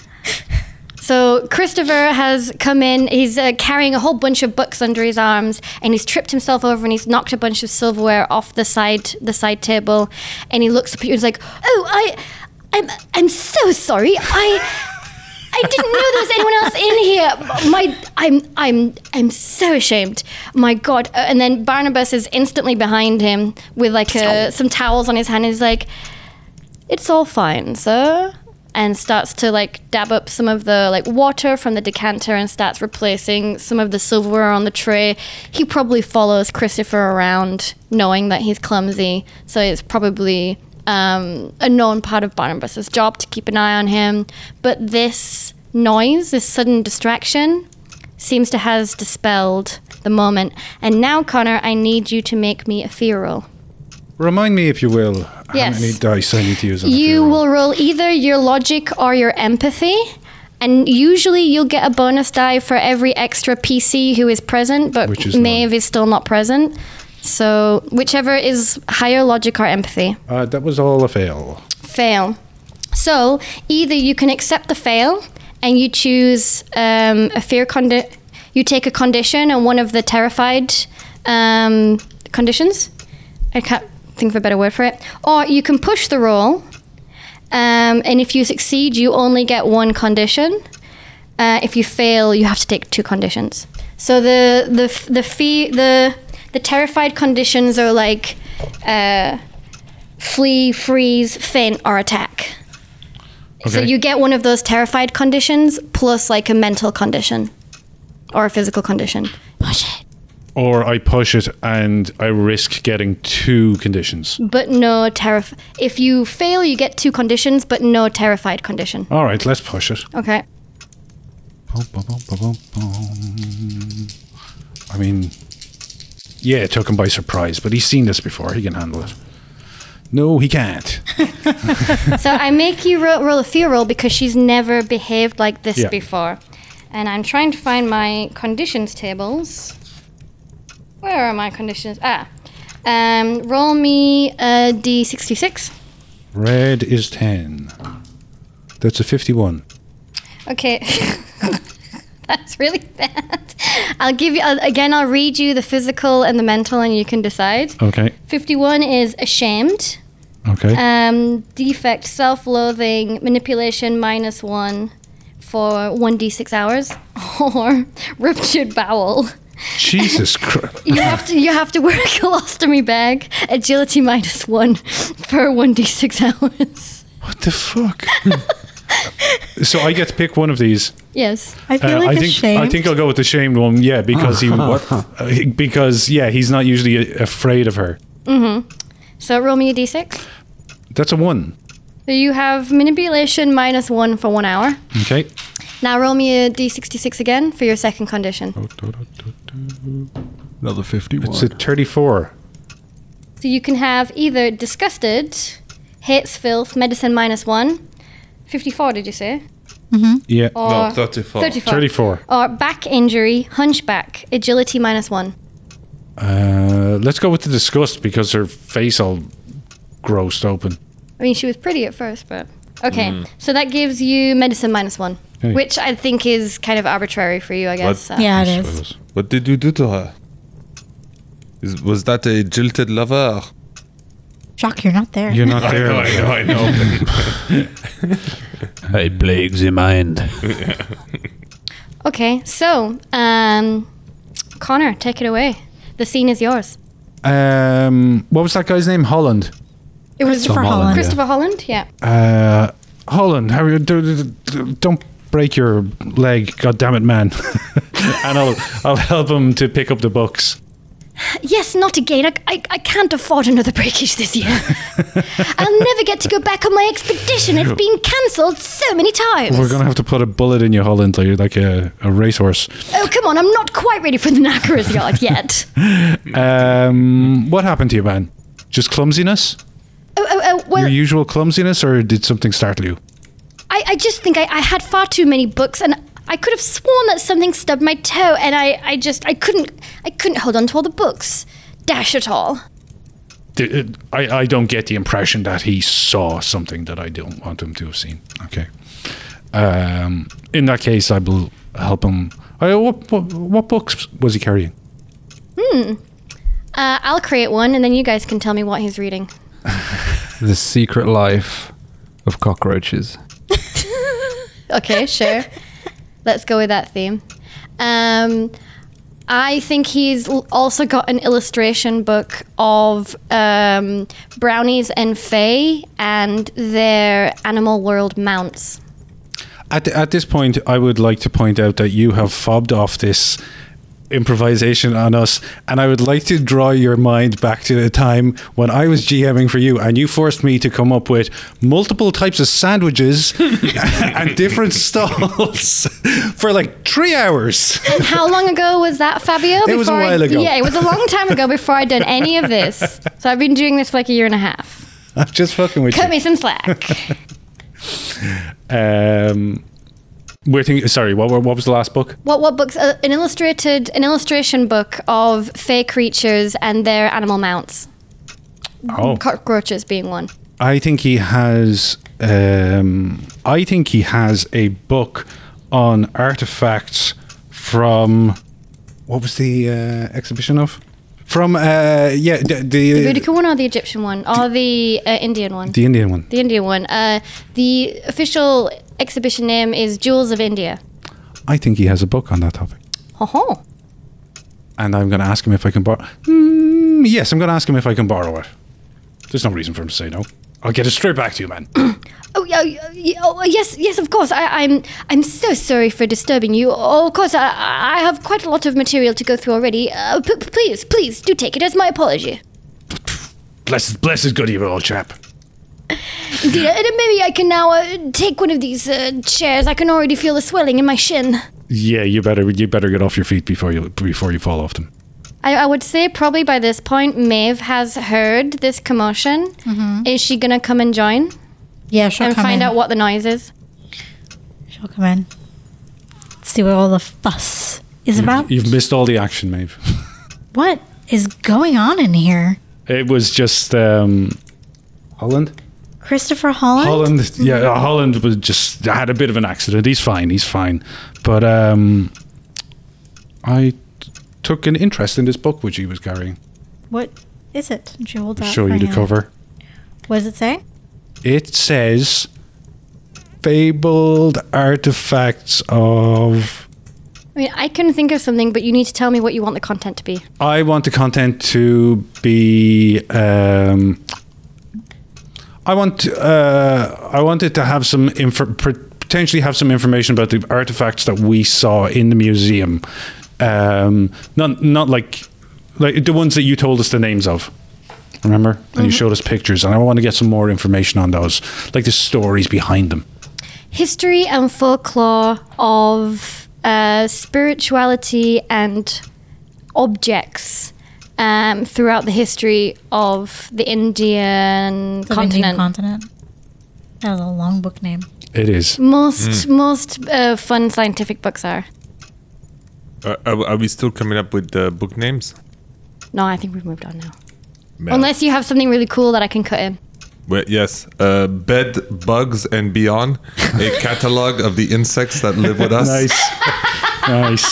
[SPEAKER 3] So Christopher has come in. He's uh, carrying a whole bunch of books under his arms, and he's tripped himself over, and he's knocked a bunch of silverware off the side the side table, and he looks up at you and is like, "Oh, I, I'm I'm so sorry. I." I didn't know there was anyone else in here. My, I'm, I'm, I'm so ashamed. My God! Uh, And then Barnabas is instantly behind him with like a, some towels on his hand. And he's like, "It's all fine, sir," and starts to like dab up some of the like water from the decanter and starts replacing some of the silverware on the tray. He probably follows Christopher around, knowing that he's clumsy, so it's probably um, a known part of Barnabas's job to keep an eye on him. But this noise, this sudden distraction, seems to has dispelled the moment. And now, Connor, I need you to make me a fear roll.
[SPEAKER 4] Remind me if you will.
[SPEAKER 3] Yes.
[SPEAKER 4] How many dice I need to use? On the
[SPEAKER 3] You
[SPEAKER 4] funeral.
[SPEAKER 3] will roll either your logic or your empathy. And usually you'll get a bonus die for every extra PC who is present, but
[SPEAKER 4] Which is
[SPEAKER 3] Maeve is still not present. So whichever is higher logic or empathy.
[SPEAKER 4] Uh, that was all a fail.
[SPEAKER 3] fail. So either you can accept the fail and you choose um, a fear condi- you take a condition and one of the terrified um, conditions. I can't think of a better word for it. Or you can push the roll, um, and if you succeed, you only get one condition. Uh, if you fail, you have to take two conditions. So the the f- the fee the the terrified conditions are like. Uh, flee, freeze, faint, or attack. So
[SPEAKER 4] Okay.
[SPEAKER 3] you get one of those terrified conditions plus like a mental condition or a physical condition.
[SPEAKER 5] Push it.
[SPEAKER 4] Or I push it and I risk getting two conditions.
[SPEAKER 3] But no terrif. If you fail, you get two conditions, but no terrified condition.
[SPEAKER 4] All right, let's push it.
[SPEAKER 3] Okay.
[SPEAKER 4] Bum, bum, bum, bum, bum, bum. I mean, yeah, it took him by surprise, but he's seen this before. He can handle it. No, he can't.
[SPEAKER 3] So I make you ro- roll a fear roll because she's never behaved like this
[SPEAKER 4] Yeah.
[SPEAKER 3] before. And I'm trying to find my conditions tables. Where are my conditions? Ah. Um, roll me a d66.
[SPEAKER 4] Red is 10. That's a 51.
[SPEAKER 3] Okay. [LAUGHS] That's really bad. I'll give you, I'll- again, I'll read you the physical and the mental, and you can decide.
[SPEAKER 4] Okay.
[SPEAKER 3] 51 is ashamed,
[SPEAKER 4] Okay.
[SPEAKER 3] um, defect, self loathing, manipulation, minus one for 1d6 hours, [LAUGHS] or ruptured bowel.
[SPEAKER 4] Jesus Christ.
[SPEAKER 3] You have to you have to wear a colostomy bag, agility minus one [LAUGHS] for 1d6 hours. [LAUGHS]
[SPEAKER 4] What the fuck? so I get to pick one of these.
[SPEAKER 3] Yes.
[SPEAKER 5] I feel
[SPEAKER 4] Uh,
[SPEAKER 5] like
[SPEAKER 4] I
[SPEAKER 5] it's
[SPEAKER 4] think
[SPEAKER 5] shame.
[SPEAKER 4] I think I'll go with the shamed one. Yeah, because he what, uh, he- because yeah, he's not usually a- afraid of her.
[SPEAKER 3] So roll me a d6.
[SPEAKER 4] That's a 1.
[SPEAKER 3] So you have manipulation minus one for one hour.
[SPEAKER 4] Okay.
[SPEAKER 3] Now roll me a d66 again for your second condition.
[SPEAKER 2] Oh.
[SPEAKER 7] Another 51.
[SPEAKER 4] It's a 34.
[SPEAKER 3] So you can have either disgusted, hates filth, medicine minus one. 54, did you say?
[SPEAKER 4] Yeah.
[SPEAKER 3] Or
[SPEAKER 2] No, 34.
[SPEAKER 3] 34.
[SPEAKER 4] 34.
[SPEAKER 3] Or back injury, hunchback, agility minus one.
[SPEAKER 4] Uh, let's go with the disgust because her face all grossed open.
[SPEAKER 3] I mean, she was pretty at first, but. Okay, so that gives you medicine minus one,
[SPEAKER 4] Okay.
[SPEAKER 3] which I think is kind of arbitrary for you, I guess. Uh,
[SPEAKER 5] Yeah, it
[SPEAKER 4] I
[SPEAKER 5] is.
[SPEAKER 4] suppose.
[SPEAKER 2] What did you do to her? Is, was that a jilted lover?
[SPEAKER 5] Shock, you're not there.
[SPEAKER 4] You're not there.
[SPEAKER 2] I know.
[SPEAKER 1] It plagues your mind.
[SPEAKER 3] Okay, so um, Connor, take it away. The scene is yours.
[SPEAKER 4] Um, what was that guy's name? Holland.
[SPEAKER 3] It was
[SPEAKER 5] Christopher Holland.
[SPEAKER 1] Holland.
[SPEAKER 3] Christopher Holland. Yeah.
[SPEAKER 4] Uh, Holland, how are you? Do, do- do- don't break your leg, God damn it, man. [LAUGHS] and I'll, I'll help him to pick up the books.
[SPEAKER 3] Yes, not again. I, I, I can't afford another breakage this year. I'll never get to go back on my expedition. It's been cancelled so many times.
[SPEAKER 4] We're going to have to put a bullet in you, Holland, like, like a, a racehorse.
[SPEAKER 3] oh, come on. I'm not quite ready for the Knacker's Yard yet.
[SPEAKER 4] Um, what happened to you, man? Just clumsiness?
[SPEAKER 3] Oh, oh, oh well,
[SPEAKER 4] Your usual clumsiness, or did something startle you?
[SPEAKER 3] I, I just think I, I had far too many books and I could have sworn that something stubbed my toe and I, I just I couldn't I couldn't hold on to all the books. Dash it all.
[SPEAKER 4] D- uh, I, I don't get the impression that he saw something that I don't want him to have seen. Okay. Um, in that case, I will help him. I, what, what, what books was he carrying?
[SPEAKER 3] Uh, I'll create one and then you guys can tell me what he's reading.
[SPEAKER 1] The Secret Life of Cockroaches.
[SPEAKER 4] [LAUGHS]
[SPEAKER 3] Okay, sure. Let's go with that theme. Um, I think he's l- also got an illustration book of um, brownies and fae and their animal world mounts.
[SPEAKER 4] At, at this point, I would like to point out that you have fobbed off this improvisation on us, and I would like to draw your mind back to the time when I was GMing for you, and you forced me to come up with multiple types of sandwiches and different stalls [LAUGHS] for like three hours. [LAUGHS]
[SPEAKER 3] And how long ago was that, Fabio?
[SPEAKER 4] It was a
[SPEAKER 3] Before I-
[SPEAKER 4] while ago.
[SPEAKER 3] Yeah, it was a long time ago before I'd done
[SPEAKER 4] [LAUGHS]
[SPEAKER 3] any of this. So I've been doing this for like a year and a half.
[SPEAKER 4] I'm just fucking with
[SPEAKER 3] Cut me some
[SPEAKER 4] [LAUGHS]
[SPEAKER 3] slack.
[SPEAKER 4] you. Um, we're thinking. Sorry, what, what what was the last book?
[SPEAKER 3] What what books? Uh, an illustrated an illustration book of fae creatures and their animal mounts. Mm,
[SPEAKER 4] Oh,
[SPEAKER 3] Cockroaches being one.
[SPEAKER 4] I think he has. Um, I think he has a book on artifacts from what was the uh, exhibition of? From uh, yeah, the
[SPEAKER 3] The
[SPEAKER 4] the,
[SPEAKER 3] Boudica one or the Egyptian one or the uh, Indian one? The,
[SPEAKER 4] the Indian one.
[SPEAKER 3] Indian one. Uh, the official exhibition name is Jewels of India.
[SPEAKER 4] I think he has a book on that topic,
[SPEAKER 3] Ho ho.
[SPEAKER 4] and I'm going to ask him if I can borrow. Mm, yes, I'm going to ask him if I can borrow it. There's no reason for him to say no. I'll get it straight back to you, man.
[SPEAKER 3] Oh, yeah, yeah, yeah, oh yes, yes, of course. I, I'm I'm so sorry for disturbing you. Oh, of course, I, I have quite a lot of material to go through already. Uh, p- p- please, please do take it as my [SIGHS] apology.
[SPEAKER 4] [COUGHS] bless bless his good evil old chap.
[SPEAKER 3] Indeed, and maybe I can now uh, take one of these uh, chairs. I can already feel the swelling in my shin.
[SPEAKER 4] Yeah, you better you better get off your feet before you before you fall off them.
[SPEAKER 3] I, I would say probably by this point, Maeve has heard this commotion. Is she gonna come and join
[SPEAKER 5] Yeah, she'll
[SPEAKER 3] and
[SPEAKER 5] come
[SPEAKER 3] find
[SPEAKER 5] in.
[SPEAKER 3] out what the noise is?
[SPEAKER 5] She'll come in. See what all the fuss is about.
[SPEAKER 4] You've missed all the action, Maeve.
[SPEAKER 5] What is going on in here?
[SPEAKER 4] It was just um, Holland.
[SPEAKER 5] Christopher Holland?
[SPEAKER 4] Holland, yeah, uh, Holland was just had a bit of an accident. He's fine. He's fine. But um, I t- took an interest in this book which he was carrying.
[SPEAKER 5] What is it? She holds out
[SPEAKER 4] Show
[SPEAKER 5] her
[SPEAKER 4] you the
[SPEAKER 5] hand.
[SPEAKER 4] cover.
[SPEAKER 5] What does it say?
[SPEAKER 4] It says fabled artifacts of.
[SPEAKER 3] I mean, I can think of something, but you need to tell me what you want the content to be.
[SPEAKER 4] I want the content to be. Um, I want. Uh, I want it to have some infor- pot- potentially have some information about the artifacts that we saw in the museum. Um, not not like like the ones that you told us the names of. Remember, and you showed us pictures, and I want to get some more information on those, like the stories behind them.
[SPEAKER 3] history and folklore of uh, spirituality and objects um, throughout the history of the Indian
[SPEAKER 5] The Indian
[SPEAKER 3] continent.
[SPEAKER 5] continent. That was a long book name.
[SPEAKER 4] It is.
[SPEAKER 3] Most
[SPEAKER 2] Hmm.
[SPEAKER 3] most uh, fun scientific books are.
[SPEAKER 2] Are, are, are we still coming up with uh, book names?
[SPEAKER 3] No, I think we've moved on now.
[SPEAKER 2] Man.
[SPEAKER 3] Unless you have something really cool that I can cut in.
[SPEAKER 2] Wait, yes, uh, bed bugs and beyond, a catalog of the insects that live with us.
[SPEAKER 4] Nice. nice.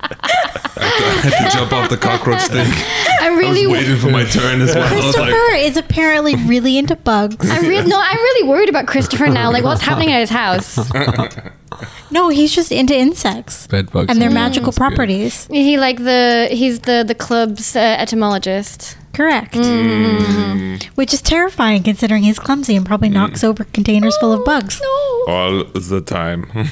[SPEAKER 2] I had to jump off the cockroach thing.
[SPEAKER 3] I'm
[SPEAKER 2] I was
[SPEAKER 3] really,
[SPEAKER 2] waiting for my turn as well. I was like,
[SPEAKER 5] Christopher is apparently really into
[SPEAKER 3] [LAUGHS]
[SPEAKER 5] bugs.
[SPEAKER 3] I'm really, no, I'm really worried about Christopher now. Like, what's happening at
[SPEAKER 2] [LAUGHS]
[SPEAKER 3] his house?
[SPEAKER 5] No, he's just into insects
[SPEAKER 7] Bed bugs
[SPEAKER 5] and their
[SPEAKER 7] are-
[SPEAKER 5] magical
[SPEAKER 7] that's good.
[SPEAKER 5] properties.
[SPEAKER 3] He like the he's the the club's uh, etymologist.
[SPEAKER 5] Correct. Which is terrifying considering he's clumsy and probably knocks over containers full of bugs.
[SPEAKER 3] Oh,
[SPEAKER 2] all the time. [LAUGHS]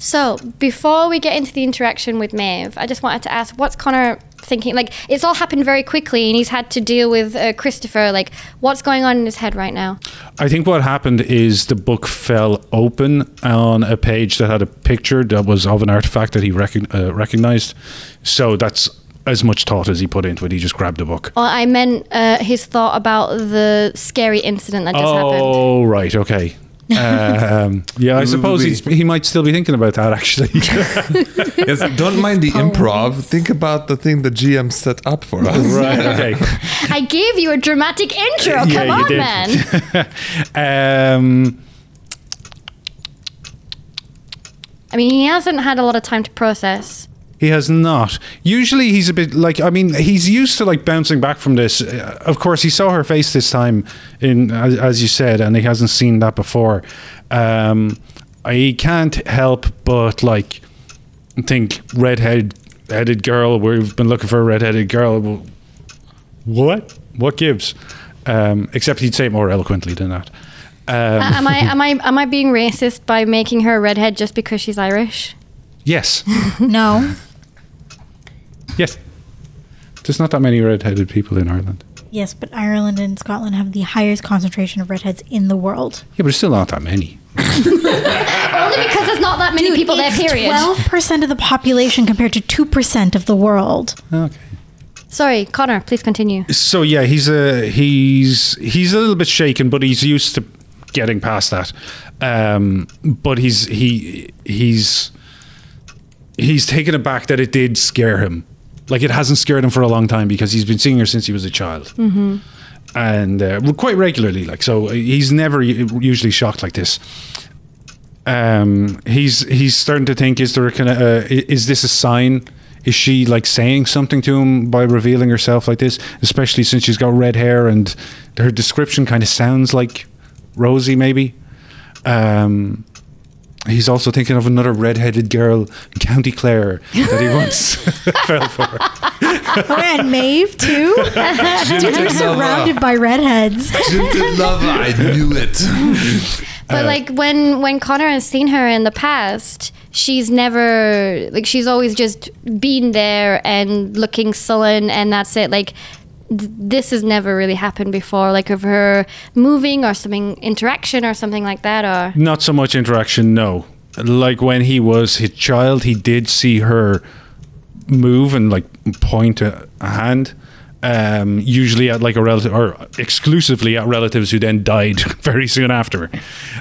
[SPEAKER 3] So before we get into the interaction with Maeve, I just wanted to ask, what's Connor thinking? Like, it's all happened very quickly, and he's had to deal with uh, Christopher. Like, what's going on in his head right now?
[SPEAKER 4] I think what happened is the book fell open on a page that had a picture that was of an artifact that he recog uh, recognized. So that's as much thought as he put into it. He just grabbed the book.
[SPEAKER 3] Well, I meant uh, his thought about the scary incident that just happened.
[SPEAKER 4] Oh, right. Okay. um, [LAUGHS] yeah, I suppose he's, he might still be thinking about that, actually. [LAUGHS]
[SPEAKER 2] Yes, don't mind the improv. Think about the thing the GM set up for us. [LAUGHS]
[SPEAKER 4] right. Okay.
[SPEAKER 3] [LAUGHS] I gave you a dramatic intro. Come
[SPEAKER 4] Yeah, you
[SPEAKER 3] on,
[SPEAKER 4] did.
[SPEAKER 3] man.
[SPEAKER 4] [LAUGHS] Um,
[SPEAKER 3] I mean, he hasn't had a lot of time to process.
[SPEAKER 4] He has not. Usually he's a bit like I mean he's used to like bouncing back from this. Uh, Of course he saw her face this time in as, as you said and he hasn't seen that before. Um I can't help but like think redhead headed girl we've been looking for a redheaded girl. Well, What? What gives? Um except he'd say it more eloquently than that.
[SPEAKER 3] [LAUGHS]
[SPEAKER 4] Um,
[SPEAKER 3] Uh, am I am I am I being racist by making her a redhead just because she's Irish?
[SPEAKER 4] yes.
[SPEAKER 5] No.
[SPEAKER 4] Yes. There's not that many redheaded people in Ireland.
[SPEAKER 5] Yes, but Ireland and Scotland have the highest concentration of redheads in the world.
[SPEAKER 4] Yeah, but there's still not that many.
[SPEAKER 3] Only because there's not that many people there. Period.
[SPEAKER 5] Twelve percent of the population compared to two percent of the world.
[SPEAKER 4] Okay.
[SPEAKER 3] Sorry, Connor. Please continue.
[SPEAKER 4] So yeah, he's a he's he's a little bit shaken, but he's used to getting past that. Um, but he's he he's he's taken aback that it did scare him. Like it hasn't scared him for a long time because he's been seeing her since he was a child, mm-hmm. and uh, well, quite regularly. Like so, he's never u- usually shocked like this. Um, he's he's starting to think: is there a kind of uh, i- is this a sign? Is she like saying something to him by revealing herself like this? Especially since she's got red hair and her description kind of sounds like Rosie, maybe. Um, he's also thinking of another red-headed girl, in County Clare, that he wants.
[SPEAKER 5] Oh, [LAUGHS] and Maeve [LAUGHS] too. Dude, they're surrounded by redheads.
[SPEAKER 2] Love, I knew it.
[SPEAKER 3] But
[SPEAKER 4] uh,
[SPEAKER 3] like when when Connor has seen her in the past, she's never like she's always just been there and looking sullen, and that's it. Like th- this has never really happened before, like of her moving or something interaction or something like that, or
[SPEAKER 4] Not so much interaction, no. Like when he was his child, he did see her move and like point a, a hand. Um, usually at like a relative or exclusively at relatives who then died [LAUGHS] very soon after.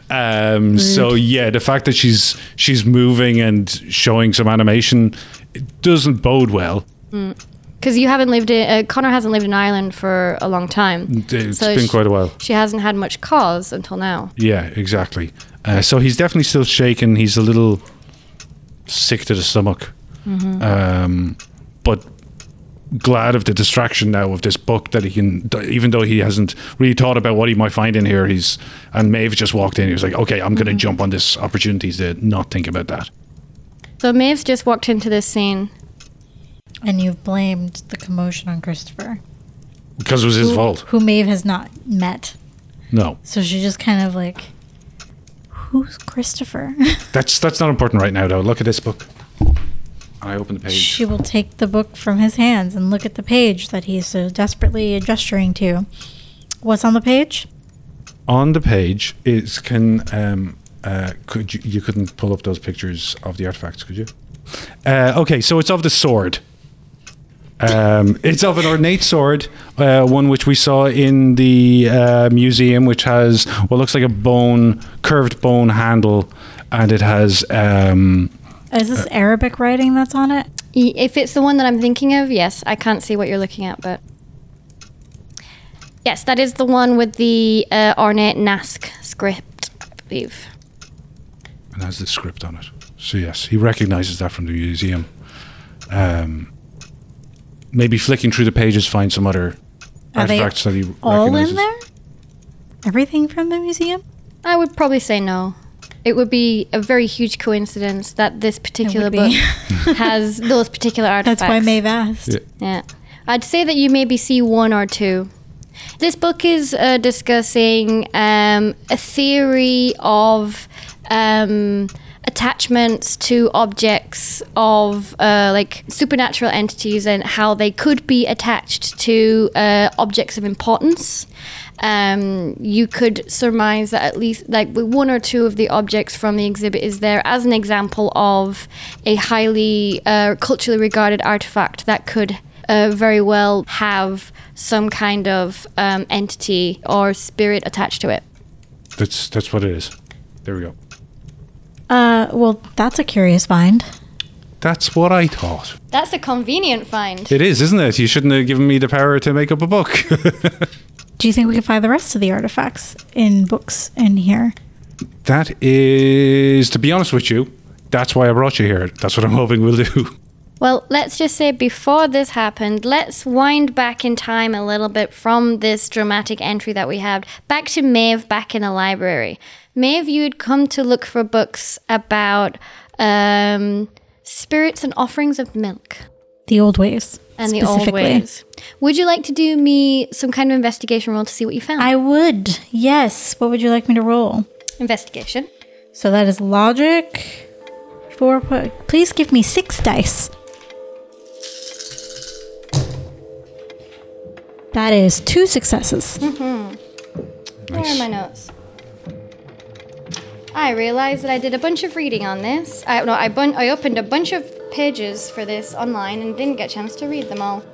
[SPEAKER 4] Um, so yeah, the fact that she's she's moving and showing some animation it doesn't bode well.
[SPEAKER 3] because you haven't lived in uh, Connor hasn't lived in Ireland for a long time.
[SPEAKER 4] It's
[SPEAKER 3] So
[SPEAKER 4] been
[SPEAKER 3] she-
[SPEAKER 4] quite a while.
[SPEAKER 3] She hasn't had much cause until now.
[SPEAKER 4] Yeah, exactly. Uh, so he's definitely still shaken. He's a little sick to the stomach, um, but glad of the distraction now of this book that he can. Even though he hasn't really thought about what he might find in here, he's and Maeve just walked in. He was like, "Okay, I'm going to jump on this opportunity to not think about that."
[SPEAKER 3] So Maeve's just walked into this scene.
[SPEAKER 5] And you've blamed the commotion on Christopher,
[SPEAKER 4] Because it was his fault.
[SPEAKER 5] who Maeve has not met.
[SPEAKER 4] No,
[SPEAKER 5] So she just kind of like, who's Christopher? [LAUGHS]
[SPEAKER 4] that's that's not important right now. Though, look at this book. I open the page.
[SPEAKER 5] she will take the book from his hands and look at the page that he's so desperately gesturing to. What's on the page?
[SPEAKER 4] on the page is can um uh could you you couldn't pull up those pictures of the artifacts could you uh okay so it's of the sword Um, it's of an ornate sword, uh, one which we saw in the uh, museum, which has what looks like a bone, curved bone handle, and it has um,
[SPEAKER 5] Is this Arabic writing that's on it?
[SPEAKER 3] Y- If it's the one that I'm thinking of, yes. I can't see what you're looking at, but. Yes, that is the one with the uh, ornate Nask script, I believe.
[SPEAKER 4] and has the script on it. So yes, he recognizes that from the museum. Um, maybe flicking through the pages, find some other
[SPEAKER 5] Are they
[SPEAKER 4] artifacts that he
[SPEAKER 5] all
[SPEAKER 4] recognizes.
[SPEAKER 5] in there? Everything from the museum?
[SPEAKER 3] I would probably say no. It would be a very huge coincidence that this particular book
[SPEAKER 5] be. [LAUGHS]
[SPEAKER 3] has those particular artifacts.
[SPEAKER 5] That's why Maeve asked.
[SPEAKER 3] Yeah. I'd say that you maybe see one or two. This book is uh, discussing um, a theory of um, attachments to objects of uh, like supernatural entities and how they could be attached to uh, objects of importance. Um, you could surmise that at least like with one or two of the objects from the exhibit is there as an example of a highly uh, culturally regarded artifact that could uh, very well have some kind of um, entity or spirit attached to it.
[SPEAKER 4] That's that's what it is. There we go.
[SPEAKER 5] Uh, well, that's a curious find.
[SPEAKER 4] That's what I thought.
[SPEAKER 3] That's a convenient find.
[SPEAKER 4] It is, isn't it? You shouldn't have given me the power to make up a book. [LAUGHS]
[SPEAKER 5] Do you think we can find the rest of the artifacts in books in here?
[SPEAKER 4] that is, to be honest with you, that's why I brought you here. That's what I'm hoping we'll do. [LAUGHS]
[SPEAKER 3] Well, let's just say before this happened, let's wind back in time a little bit from this dramatic entry that we had back to Maeve back in the library. Maeve, you had come to look for books about um, spirits and offerings of milk
[SPEAKER 5] The old ways.
[SPEAKER 3] and the old ways. Would you like to do me some kind of investigation roll to see what you found?
[SPEAKER 5] I would. Yes. What would you like me to roll?
[SPEAKER 3] investigation.
[SPEAKER 5] So that is logic. Four. Po- Please give me six dice. That is two successes.
[SPEAKER 3] Where are my notes? I realized that I did a bunch of reading on this. I no, I, bun- I opened a bunch of pages for this online and didn't get a chance to read them all.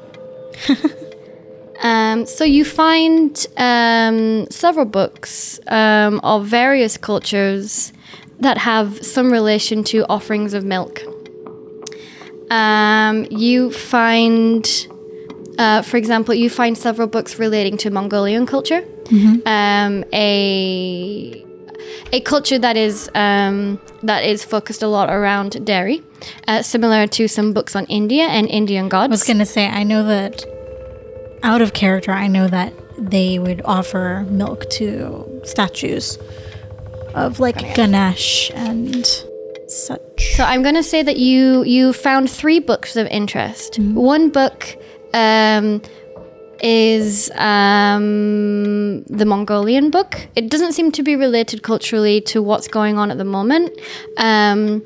[SPEAKER 3] um, so you find um, several books um, of various cultures that have some relation to offerings of milk. Um, you find, uh, for example, you find several books relating to Mongolian culture, um, a a culture that is um, that is focused a lot around dairy, uh, similar to some books on India and Indian gods.
[SPEAKER 5] I was gonna say, I know that out of character, I know that they would offer milk to statues of like Ganesh and such.
[SPEAKER 3] So I'm going to say that you you found three books of interest. One book um, is um, the Mongolian book. It doesn't seem to be related culturally to what's going on at the moment, um,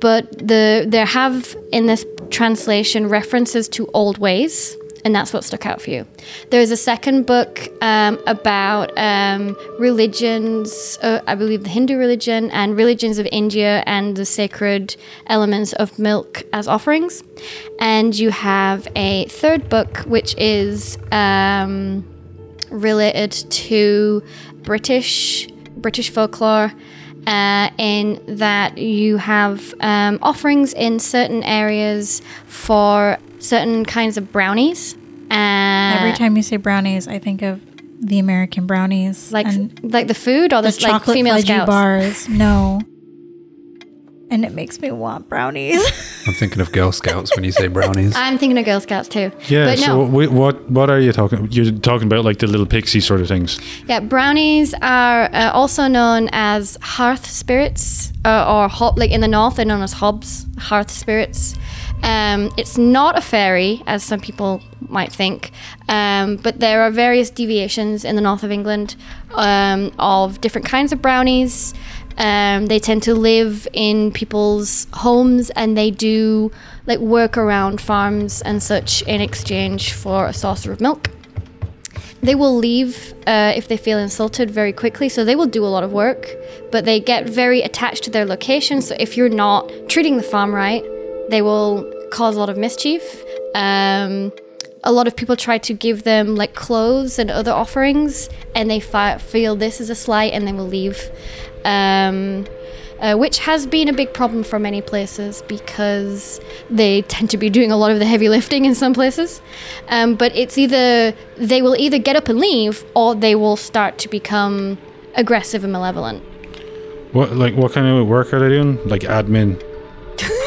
[SPEAKER 3] but the there have in this translation references to old ways. And that's what stuck out for you. There is a second book um, about um, religions, uh, I believe the Hindu religion and religions of India and the sacred elements of milk as offerings. And you have a third book, which is um, related to British British folklore, uh, in that you have um, offerings in certain areas for certain kinds of brownies. Uh,
[SPEAKER 5] Every time you say brownies, I think of the American brownies,
[SPEAKER 3] like
[SPEAKER 5] and
[SPEAKER 3] like the food or
[SPEAKER 5] the
[SPEAKER 3] the, like
[SPEAKER 5] chocolate
[SPEAKER 3] female
[SPEAKER 5] fudgy
[SPEAKER 3] scouts. [LAUGHS]
[SPEAKER 5] bars. No, and it makes me want brownies.
[SPEAKER 3] [LAUGHS]
[SPEAKER 1] I'm thinking of Girl Scouts when you say brownies.
[SPEAKER 3] I'm thinking of Girl Scouts too.
[SPEAKER 4] Yeah.
[SPEAKER 3] but no,
[SPEAKER 4] So wait, what what are you talking? You're talking about like the little pixie sort of things.
[SPEAKER 3] Yeah, brownies are uh, also known as hearth spirits, uh, or hob- like in the north, they're known as hobs, hearth spirits. Um, it's not a fairy, as some people might think, um, but there are various deviations in the north of England um, of different kinds of brownies. Um, they tend to live in people's homes and they do like work around farms and such in exchange for a saucer of milk they will leave uh, if they feel insulted very quickly. So they will do a lot of work, but they get very attached to their location. So if you're not treating the farm right, they will cause a lot of mischief. um, a lot of people try to give them like clothes and other offerings, and they fi- feel this is a slight, and they will leave, um, uh, which has been a big problem for many places because they tend to be doing a lot of the heavy [LAUGHS] lifting in some places. Um, but it's either they will either get up and leave, or they will start to become aggressive and malevolent.
[SPEAKER 4] What like what kind of work are they doing? Like admin.
[SPEAKER 5] [LAUGHS]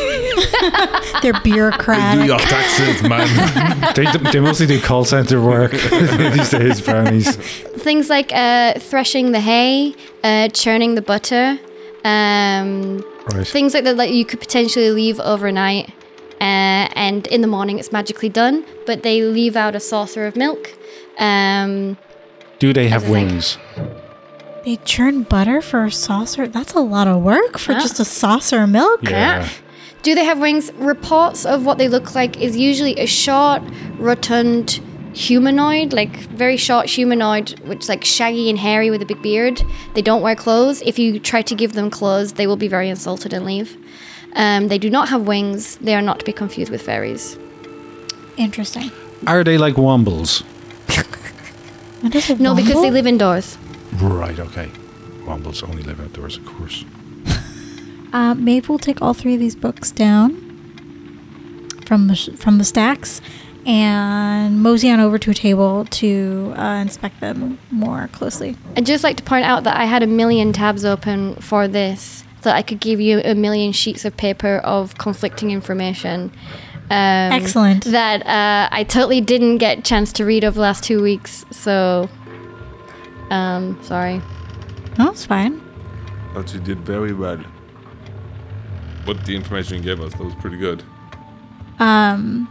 [SPEAKER 5] They're
[SPEAKER 2] Do
[SPEAKER 5] bureaucratic.
[SPEAKER 2] your taxes, man.
[SPEAKER 4] They, [LAUGHS] they mostly do call center work [LAUGHS] these days, brownies.
[SPEAKER 3] things like uh, threshing the hay, uh, churning the butter, um,
[SPEAKER 4] Right.
[SPEAKER 3] things like that that you could potentially leave overnight. Uh, and in the morning, it's magically done. But they leave out a saucer of milk. Um,
[SPEAKER 4] Do they have
[SPEAKER 3] As I think.
[SPEAKER 4] wings?
[SPEAKER 5] They churn butter for a saucer. That's a lot of work for
[SPEAKER 3] Yeah.
[SPEAKER 5] just a saucer of milk.
[SPEAKER 4] Yeah.
[SPEAKER 3] do they have wings? Reports of what they look like is usually a short, rotund humanoid, like very short humanoid, which is like shaggy and hairy with a big beard. They don't wear clothes. If you try to give them clothes, they will be very insulted and leave. Um, they do not have wings. They are not to be confused with fairies.
[SPEAKER 5] Interesting.
[SPEAKER 4] Are they like wombles?
[SPEAKER 5] What is a
[SPEAKER 3] No, because they
[SPEAKER 5] womble?
[SPEAKER 3] live indoors.
[SPEAKER 4] Right. Okay. Wombles only live outdoors, of course.
[SPEAKER 5] Uh, maybe we'll take all three of these books down from the sh- from the stacks and mosey on over to a table to uh, inspect them more closely.
[SPEAKER 3] I'd just like to point out that I had a million tabs open for this, so I could give you a million sheets of paper of conflicting information. Um,
[SPEAKER 5] Excellent.
[SPEAKER 3] That uh, I totally didn't get chance to read over the last two weeks, so um, sorry.
[SPEAKER 5] No, it's Oh, fine.
[SPEAKER 2] but you did very well. But the information you gave us, that was pretty good.
[SPEAKER 5] Um,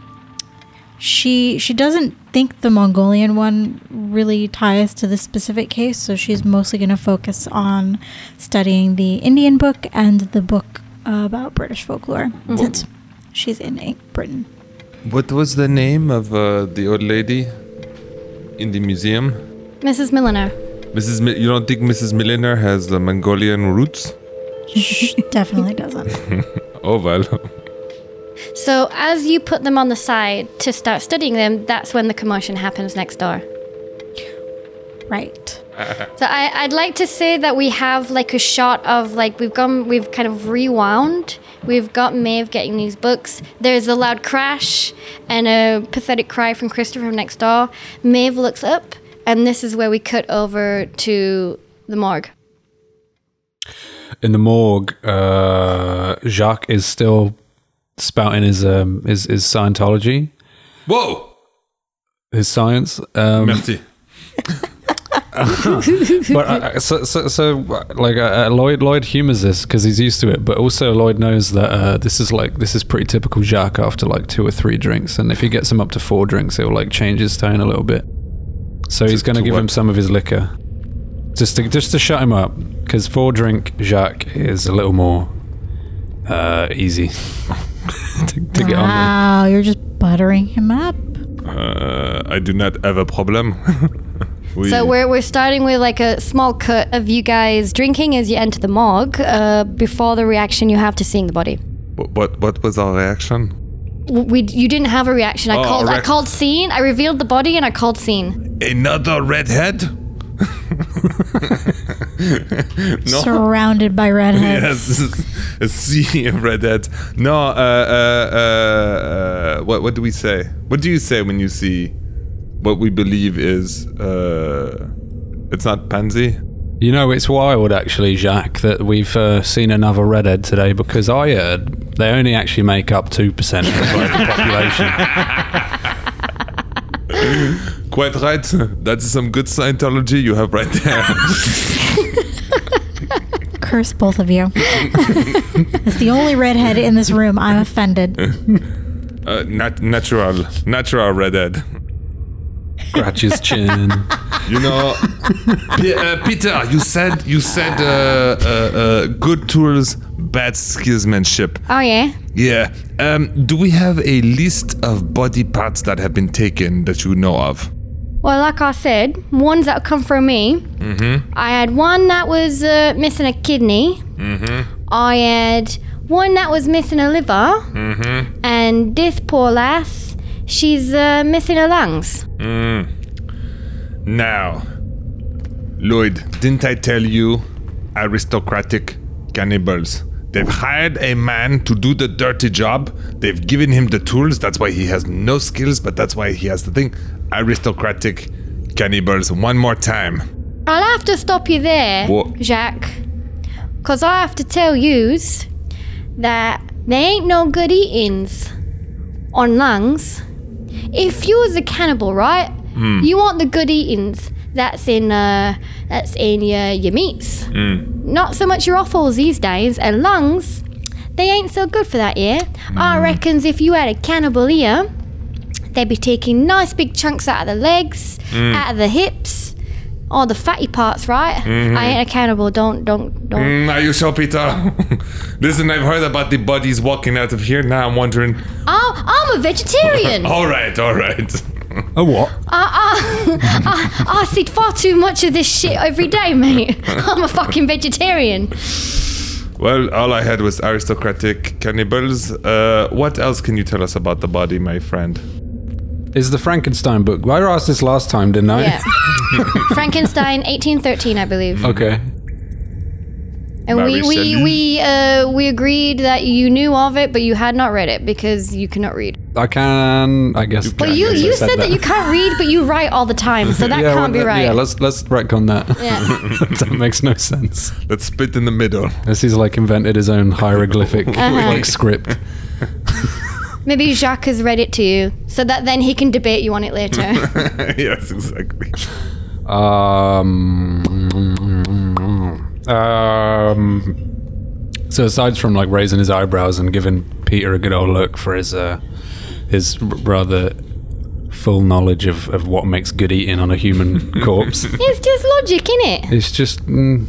[SPEAKER 5] she she doesn't think the Mongolian one really ties to this specific case, so she's mostly going to focus on studying the Indian book and the book about British folklore since she's in eh, Britain. [LAUGHS]
[SPEAKER 2] What was the name of uh, the old lady in the museum?
[SPEAKER 3] Mrs. Milliner.
[SPEAKER 2] Mrs. Mi- you don't think Mrs. Milliner has the Mongolian roots?
[SPEAKER 5] She definitely doesn't.
[SPEAKER 2] Oh [LAUGHS] well.
[SPEAKER 3] So as you put them on the side to start studying them, that's when the commotion happens next door.
[SPEAKER 5] Right.
[SPEAKER 3] So I, I'd like to say that we have like a shot of like we've gone we've kind of rewound. We've got Maeve getting these books. There's a loud crash and a pathetic cry from Christopher from next door. Maeve looks up and this is where we cut over to the morgue.
[SPEAKER 1] In the morgue, uh, Jacques is still spouting his um, his, his Scientology,
[SPEAKER 2] Whoa!
[SPEAKER 1] his science. Um,
[SPEAKER 2] Merci.
[SPEAKER 1] but I, I- so, so, so like uh, uh, Lloyd Lloyd humors this because he's used to it, but also Lloyd knows that uh, this is like this is pretty typical Jacques after like two or three drinks, and if he gets him up to four drinks, he'll like change his tone a little bit. So he's going to
[SPEAKER 2] to
[SPEAKER 1] give him
[SPEAKER 2] what?
[SPEAKER 1] some of his liquor, just to just to shut him up, because four drink Jacques is a little more uh, easy [LAUGHS] to, to get on with.
[SPEAKER 5] Wow, Oh, you're just buttering him up.
[SPEAKER 2] Uh, I do not have a [LAUGHS] problem. we,
[SPEAKER 3] So we're, we're starting with like a small cut of you guys drinking as you enter the morgue uh, before the reaction you have to seeing the body.
[SPEAKER 2] What, what what was our reaction?
[SPEAKER 3] W- We, you didn't have a reaction. I
[SPEAKER 2] Oh,
[SPEAKER 3] called I
[SPEAKER 2] rec-
[SPEAKER 3] called scene. I revealed the body and I called scene.
[SPEAKER 2] Another redhead? no.
[SPEAKER 5] Surrounded by redheads.
[SPEAKER 2] Yes, [LAUGHS] a sea of redheads. No, uh, uh, uh, uh, what what do we say? What do you say when you see what we believe is uh, it's not pansy?
[SPEAKER 1] You know, it's wild actually, Jacques, that we've uh, seen another redhead today because I heard they only actually make up 2% of the
[SPEAKER 3] [LAUGHS]
[SPEAKER 1] global population.
[SPEAKER 2] Quite right. [LAUGHS] That's some good Scientology you have right there. [LAUGHS]
[SPEAKER 5] Curse both of
[SPEAKER 2] [LAUGHS]
[SPEAKER 5] you. it's the only redhead in this room. I'm offended.
[SPEAKER 2] uh, nat- natural, natural redhead.
[SPEAKER 1] Scratch his chin.
[SPEAKER 2] You know, P- uh, Peter, you said you said uh, uh, uh, good tools, bad skillsmanship.
[SPEAKER 3] Oh yeah.
[SPEAKER 2] Yeah. Um, do we have a list of body parts that have been taken that you know of?
[SPEAKER 3] Well, like I said, ones that come from me. Mm-hmm. I had one that was uh, missing a kidney. Mm-hmm. I had one that was missing a liver. Mm-hmm. And this poor lass, She's uh, missing her lungs.
[SPEAKER 2] Now, Lloyd, didn't I tell you aristocratic cannibals? They've hired a man to do the dirty job. They've given him the tools. That's why he has no skills, but that's why he has the thing. Aristocratic cannibals, one more time.
[SPEAKER 3] I'll have to stop you there,
[SPEAKER 2] What?
[SPEAKER 3] Jacques, because I have to tell yous that they ain't no good eatings on lungs. If you was a cannibal, right, you want the good eatings that's in uh, that's in your your meats, not so much your offals these days. And lungs, they ain't so good for that, yeah. I reckons if you had a cannibal here, they'd be taking nice big chunks out of the legs, out of the hips, all Oh, the fatty parts, right?
[SPEAKER 1] Mm-hmm.
[SPEAKER 3] I ain't a cannibal. Don't, don't, don't.
[SPEAKER 2] Mm, are you sure, Peter? [LAUGHS] Listen, I've heard about the bodies walking out of here. Now I'm wondering.
[SPEAKER 3] Oh, I'm
[SPEAKER 1] [LAUGHS]
[SPEAKER 3] a vegetarian. I,
[SPEAKER 2] All right, all right. [LAUGHS]
[SPEAKER 4] Oh, what?
[SPEAKER 3] I, [LAUGHS] I, I see far too much of this shit every day, mate. [LAUGHS] I'm a fucking
[SPEAKER 1] [LAUGHS]
[SPEAKER 3] vegetarian.
[SPEAKER 2] [LAUGHS] Well, all I had was aristocratic cannibals. Uh, what else can you tell us about the body, my friend?
[SPEAKER 1] Is the Frankenstein book? Well, I asked this last time, didn't I?
[SPEAKER 3] Yeah. Frankenstein, 1813, I believe.
[SPEAKER 1] Okay.
[SPEAKER 3] And we we
[SPEAKER 2] Marie
[SPEAKER 3] we uh, we agreed that you knew of it, but you had not read it because you cannot read.
[SPEAKER 1] I can. I guess.
[SPEAKER 3] Well, you you said, that you can't read, but you write all the time, so that
[SPEAKER 1] yeah,
[SPEAKER 3] can't be
[SPEAKER 1] well,
[SPEAKER 3] right.
[SPEAKER 1] Yeah, let's let's retcon that.
[SPEAKER 3] Yeah.
[SPEAKER 1] [LAUGHS] that makes no sense.
[SPEAKER 2] Let's split in the middle.
[SPEAKER 1] This he's like invented his own hieroglyphic like
[SPEAKER 3] Uh-huh.
[SPEAKER 1] script.
[SPEAKER 3] Maybe Jacques has read it to you, so that then he can debate you on
[SPEAKER 1] [LAUGHS]
[SPEAKER 3] it later.
[SPEAKER 2] [LAUGHS] yes, exactly.
[SPEAKER 1] Um, um, so aside from like raising his eyebrows and giving Peter a good old look for his uh, his r- rather full knowledge of, of what makes good eating on a human corpse,
[SPEAKER 3] it's just logic, innit?
[SPEAKER 1] it's just mm,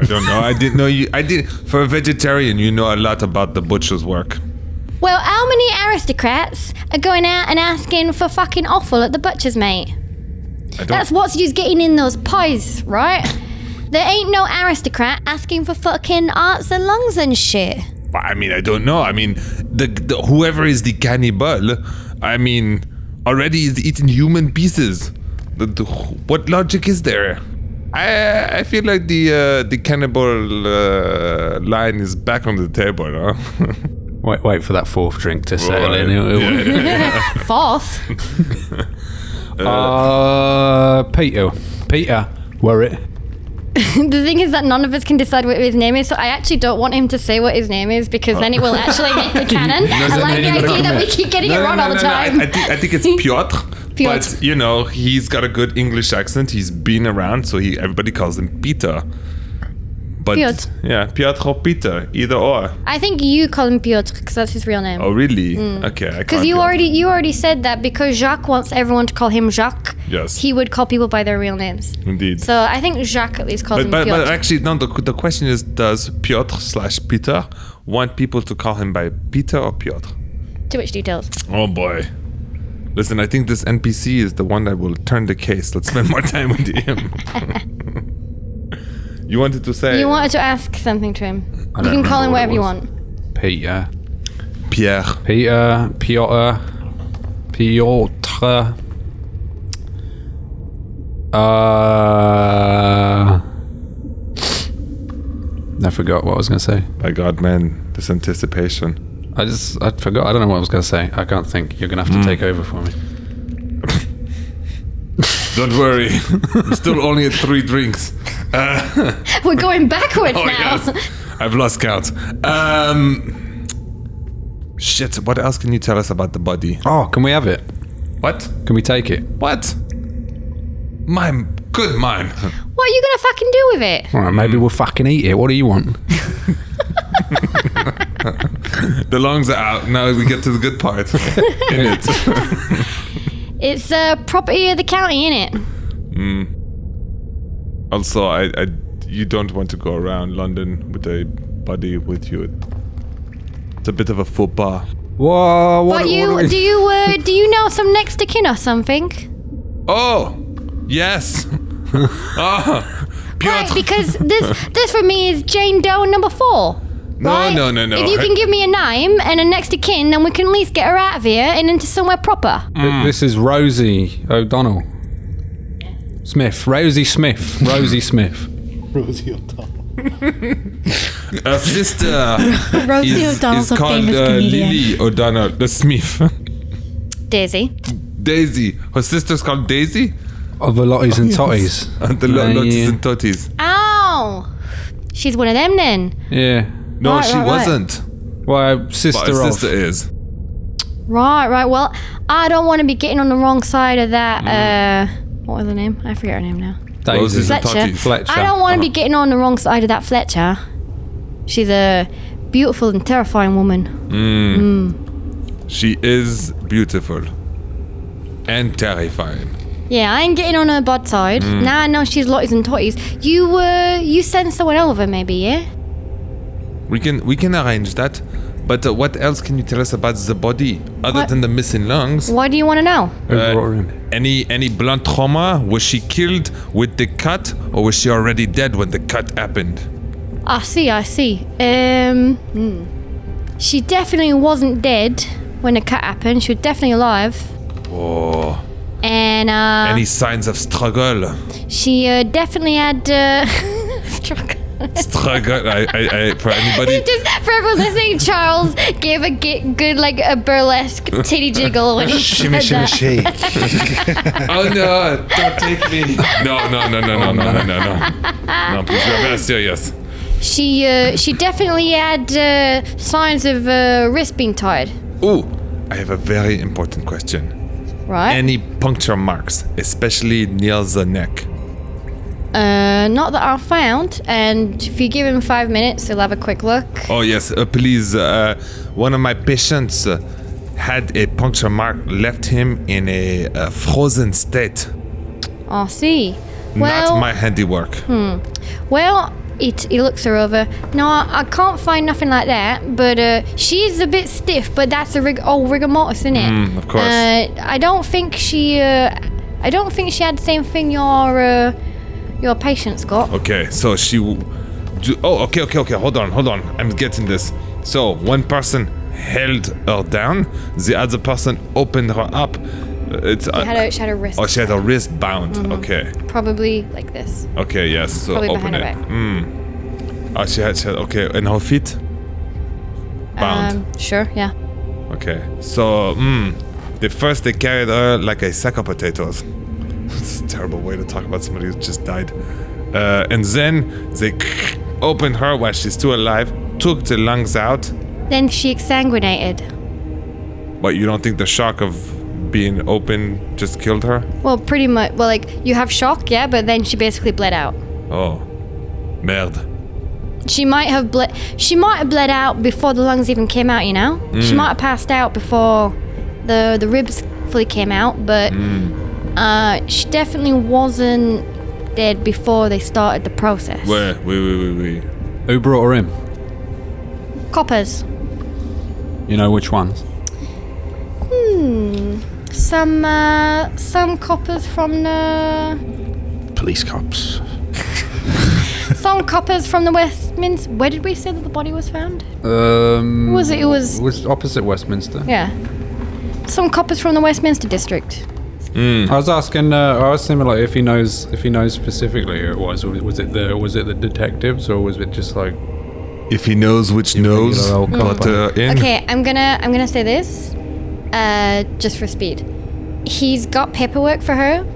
[SPEAKER 2] I don't know. I didn't know you. I did. For a vegetarian, you know a lot about the butcher's work.
[SPEAKER 3] Well, how many aristocrats are going out and asking for fucking offal at the butcher's, mate?
[SPEAKER 2] I don't,
[SPEAKER 3] That's what's just getting in those pies, right? There ain't no aristocrat asking for fucking arts and lungs and
[SPEAKER 2] [LAUGHS]
[SPEAKER 3] shit.
[SPEAKER 2] I mean, I don't know. I mean, the, the whoever is the cannibal, I mean, already is eating human pieces. The, the, what logic is there? I I feel like the uh, the cannibal uh, line is back on the table. Huh? [LAUGHS]
[SPEAKER 1] wait wait for that fourth drink to settle
[SPEAKER 2] Right.
[SPEAKER 1] in. It'll- it'll-
[SPEAKER 3] Fourth. [LAUGHS]
[SPEAKER 1] Uh, Peter, Peter, were it?
[SPEAKER 3] the thing is that none of us can decide what his name is, so I actually don't want him to say what his name is because then it
[SPEAKER 2] Oh.
[SPEAKER 3] will actually make
[SPEAKER 2] [LAUGHS]
[SPEAKER 3] the canon. I
[SPEAKER 1] then
[SPEAKER 3] like
[SPEAKER 1] you
[SPEAKER 3] the
[SPEAKER 1] gotta
[SPEAKER 3] idea that we
[SPEAKER 1] commit.
[SPEAKER 3] keep getting it
[SPEAKER 2] No,
[SPEAKER 3] wrong
[SPEAKER 2] no,
[SPEAKER 3] all
[SPEAKER 2] no,
[SPEAKER 3] the
[SPEAKER 2] no,
[SPEAKER 3] time.
[SPEAKER 2] I, I, think, I think
[SPEAKER 3] [LAUGHS]
[SPEAKER 2] it's Piotr, But
[SPEAKER 3] Piotr.
[SPEAKER 2] you know, he's got a good English accent. He's been around, so he everybody calls him Peter. But
[SPEAKER 3] Piotr.
[SPEAKER 2] yeah, Piotr or Peter, either or.
[SPEAKER 3] I think you call him Piotr because that's his real name.
[SPEAKER 2] Oh really? Okay, I can't
[SPEAKER 3] Because Mm. you
[SPEAKER 2] Piotr.
[SPEAKER 3] already you already said that because Jacques wants everyone to call him Jacques.
[SPEAKER 2] Yes.
[SPEAKER 3] He would call people by their real names.
[SPEAKER 2] indeed.
[SPEAKER 3] So I think Jacques at least calls
[SPEAKER 2] but
[SPEAKER 3] him
[SPEAKER 2] but,
[SPEAKER 3] Piotr.
[SPEAKER 2] but actually, no. The, the question is, does Piotr slash Peter want people to call him by Peter or Piotr?
[SPEAKER 3] Too much details.
[SPEAKER 2] Oh boy. Listen, I think this NPC is the one that will turn the case. Let's spend more [LAUGHS] time with him. you wanted to say
[SPEAKER 3] You wanted to ask something to him. You can call him
[SPEAKER 1] remember
[SPEAKER 3] whatever you
[SPEAKER 1] what it
[SPEAKER 3] want.
[SPEAKER 1] Peter,
[SPEAKER 2] Pierre.
[SPEAKER 1] Peter, Piotr, Piotr. Uh, I forgot what I was going to say.
[SPEAKER 2] By God, man, this anticipation.
[SPEAKER 1] I just, I forgot. I don't know what I was going to say. I can't think. You're going to have to take over for me.
[SPEAKER 2] Don't worry, [LAUGHS] I'm still only at three drinks. [LAUGHS]
[SPEAKER 3] We're going backwards
[SPEAKER 2] Oh
[SPEAKER 3] now.
[SPEAKER 2] yes, I've lost count. Um, shit. What else can you tell us about the body?
[SPEAKER 1] Oh, can we have it?
[SPEAKER 2] What?
[SPEAKER 1] Can we take it?
[SPEAKER 2] What? Mime. Good mime.
[SPEAKER 3] [LAUGHS] What are you gonna fucking do with it?
[SPEAKER 1] All right, maybe we'll fucking eat it. What do you [LAUGHS] want?
[SPEAKER 2] The lungs are out. Now we get to the good
[SPEAKER 3] [LAUGHS]
[SPEAKER 2] part.
[SPEAKER 3] It's uh, property of the county, innit?
[SPEAKER 2] also, I, I, you don't want to go around London with a body with you. It's a bit of a faux pas.
[SPEAKER 1] Whoa! What,
[SPEAKER 3] But you
[SPEAKER 1] what
[SPEAKER 3] do you
[SPEAKER 2] [LAUGHS]
[SPEAKER 3] uh, do you know some next to kin or something?
[SPEAKER 2] Oh, yes. oh, [LAUGHS]
[SPEAKER 3] Right, because this this for me is Jane Doe number four.
[SPEAKER 2] No,
[SPEAKER 3] right?
[SPEAKER 2] no, no, no.
[SPEAKER 3] If you can give me a name and a next of kin, then we can at least get her out of here and into somewhere proper.
[SPEAKER 1] Th- This is Rosie O'Donnell. Smith. Rosie Smith. Rosie Smith.
[SPEAKER 7] Rosie O'Donnell.
[SPEAKER 2] Her sister
[SPEAKER 5] Rosie
[SPEAKER 2] is,
[SPEAKER 5] O'Donnell's
[SPEAKER 2] is
[SPEAKER 5] a
[SPEAKER 2] called
[SPEAKER 5] famous
[SPEAKER 2] uh,
[SPEAKER 5] comedian.
[SPEAKER 2] Lily O'Donnell, the Smith. [LAUGHS]
[SPEAKER 3] Daisy.
[SPEAKER 2] Daisy. Her sister's called Daisy.
[SPEAKER 1] Of the Lotties [LAUGHS] and Totties.
[SPEAKER 2] And [LAUGHS] the
[SPEAKER 1] Uh,
[SPEAKER 2] lo- Lotties
[SPEAKER 1] yeah.
[SPEAKER 2] and Totties.
[SPEAKER 3] Ow! She's one of them then.
[SPEAKER 1] Yeah.
[SPEAKER 2] No,
[SPEAKER 3] Right,
[SPEAKER 2] she
[SPEAKER 3] right, right.
[SPEAKER 2] wasn't.
[SPEAKER 1] Well,
[SPEAKER 2] But
[SPEAKER 1] sister
[SPEAKER 2] her
[SPEAKER 1] of.
[SPEAKER 2] sister is.
[SPEAKER 3] Right, right. Well, I don't want to be getting on the wrong side of that.
[SPEAKER 2] Mm.
[SPEAKER 3] Uh, what was her name? I forget her name now.
[SPEAKER 1] Daisy.
[SPEAKER 2] Roses and
[SPEAKER 3] Fletcher.
[SPEAKER 2] Totties.
[SPEAKER 1] Fletcher.
[SPEAKER 3] I don't want
[SPEAKER 2] Uh-huh.
[SPEAKER 3] to be getting on the wrong side of that Fletcher. She's a beautiful and terrifying woman.
[SPEAKER 2] She is beautiful and terrifying.
[SPEAKER 3] Yeah, I ain't getting on her bad side.
[SPEAKER 7] Mm.
[SPEAKER 3] Now I know she's lotties and totties. You uh, you send someone over maybe, yeah?
[SPEAKER 2] We can we can arrange that. But uh, what else can you tell us about the body other
[SPEAKER 3] What?
[SPEAKER 2] than the missing lungs?
[SPEAKER 3] Why do you want to know?
[SPEAKER 1] Who
[SPEAKER 2] Uh,
[SPEAKER 1] brought her in?
[SPEAKER 2] Any any blunt trauma? Was she killed with the cut, or was she already dead when the cut happened?
[SPEAKER 3] I see, I see. Um, hmm. she definitely wasn't dead when the cut happened. She was definitely alive.
[SPEAKER 2] Oh,
[SPEAKER 3] And uh,
[SPEAKER 2] any signs of struggle?
[SPEAKER 3] she uh, definitely had. Uh, [LAUGHS] struggle.
[SPEAKER 2] Struggle. I, I, I, for
[SPEAKER 3] [LAUGHS]
[SPEAKER 2] anybody.
[SPEAKER 3] Just for everyone listening, Charles gave a ge- good like a
[SPEAKER 7] [LAUGHS]
[SPEAKER 3] burlesque titty jiggle when he
[SPEAKER 7] Shimmy,
[SPEAKER 3] said
[SPEAKER 7] shimmy,
[SPEAKER 3] that.
[SPEAKER 7] shake.
[SPEAKER 2] Oh no! Don't take me. No, no, no, no, no, no, no, no, no. No, please, we're very serious.
[SPEAKER 3] She uh, she definitely had uh, signs of uh, wrist being tied,
[SPEAKER 2] Ooh, I have a very important question.
[SPEAKER 3] right?
[SPEAKER 2] Any puncture marks, especially near the neck?
[SPEAKER 3] uh, not that I found. And if you give him five minutes, he'll have a quick look.
[SPEAKER 2] Oh yes, uh, please. Uh, one of my patients uh, had a puncture mark left him in a, uh frozen state.
[SPEAKER 3] I see.
[SPEAKER 2] Not
[SPEAKER 3] Well,
[SPEAKER 2] my handiwork.
[SPEAKER 3] Well, it, he looks her over. No, I, I can't find nothing like that, but uh, she's a bit stiff, but that's a rig- old rigor mortis, isn't it?
[SPEAKER 2] Mm, of course.
[SPEAKER 3] Uh, I don't think she. Uh, I don't think she had the same thing your uh, your patient's got.
[SPEAKER 2] Okay, so she. W- do, oh, okay, okay, okay. Hold on, hold on. I'm getting this. So one person held her down, the other person opened her up. Uh, It's.
[SPEAKER 3] She had a, she had a wrist,
[SPEAKER 2] oh, she had a wrist bound. Okay,
[SPEAKER 3] probably like this.
[SPEAKER 2] okay, yes. So
[SPEAKER 3] Probably
[SPEAKER 2] open
[SPEAKER 3] behind her
[SPEAKER 2] it.
[SPEAKER 3] back.
[SPEAKER 2] Mm. Oh, she had, she had. Okay, and her feet. Bound.
[SPEAKER 3] Um, sure, yeah.
[SPEAKER 2] Okay. So, mm, the first they carried her like a sack of potatoes. [LAUGHS] it's a terrible way to talk about somebody who just died. Uh, and then they [LAUGHS] opened her while she's still alive, took the lungs out.
[SPEAKER 3] Then she exsanguinated.
[SPEAKER 2] But you don't think the shock of being open just killed her?
[SPEAKER 3] Well, pretty much. Well, like you have shock, yeah, but then she basically bled out.
[SPEAKER 2] Oh, merde.
[SPEAKER 3] She might have bled. She might have bled out before the lungs even came out. You know, she might have passed out before the the ribs fully came out. But uh, she definitely wasn't dead before they started the process.
[SPEAKER 2] Wait, wait, wait, wait, wait.
[SPEAKER 1] Who brought her in?
[SPEAKER 3] Coppers,
[SPEAKER 1] You know which ones?
[SPEAKER 3] Hmm. some uh, some coppers from the
[SPEAKER 7] Police cops.
[SPEAKER 3] some coppers from the Westminster. Where did we say that the body was found?
[SPEAKER 1] Um,
[SPEAKER 3] Was it- it was-
[SPEAKER 1] was opposite Westminster.
[SPEAKER 3] Yeah, some coppers from the Westminster district. Hmm.
[SPEAKER 1] I was asking. Uh, I asked him like if he knows if he knows specifically who it was. Was was it the was it the detectives or was it just like
[SPEAKER 2] If he knows
[SPEAKER 1] [LAUGHS]
[SPEAKER 2] which nose,
[SPEAKER 3] Hmm.
[SPEAKER 1] regular old
[SPEAKER 2] but uh, in.
[SPEAKER 3] Okay, I'm gonna I'm gonna say this, uh, just for speed. He's got paperwork for her,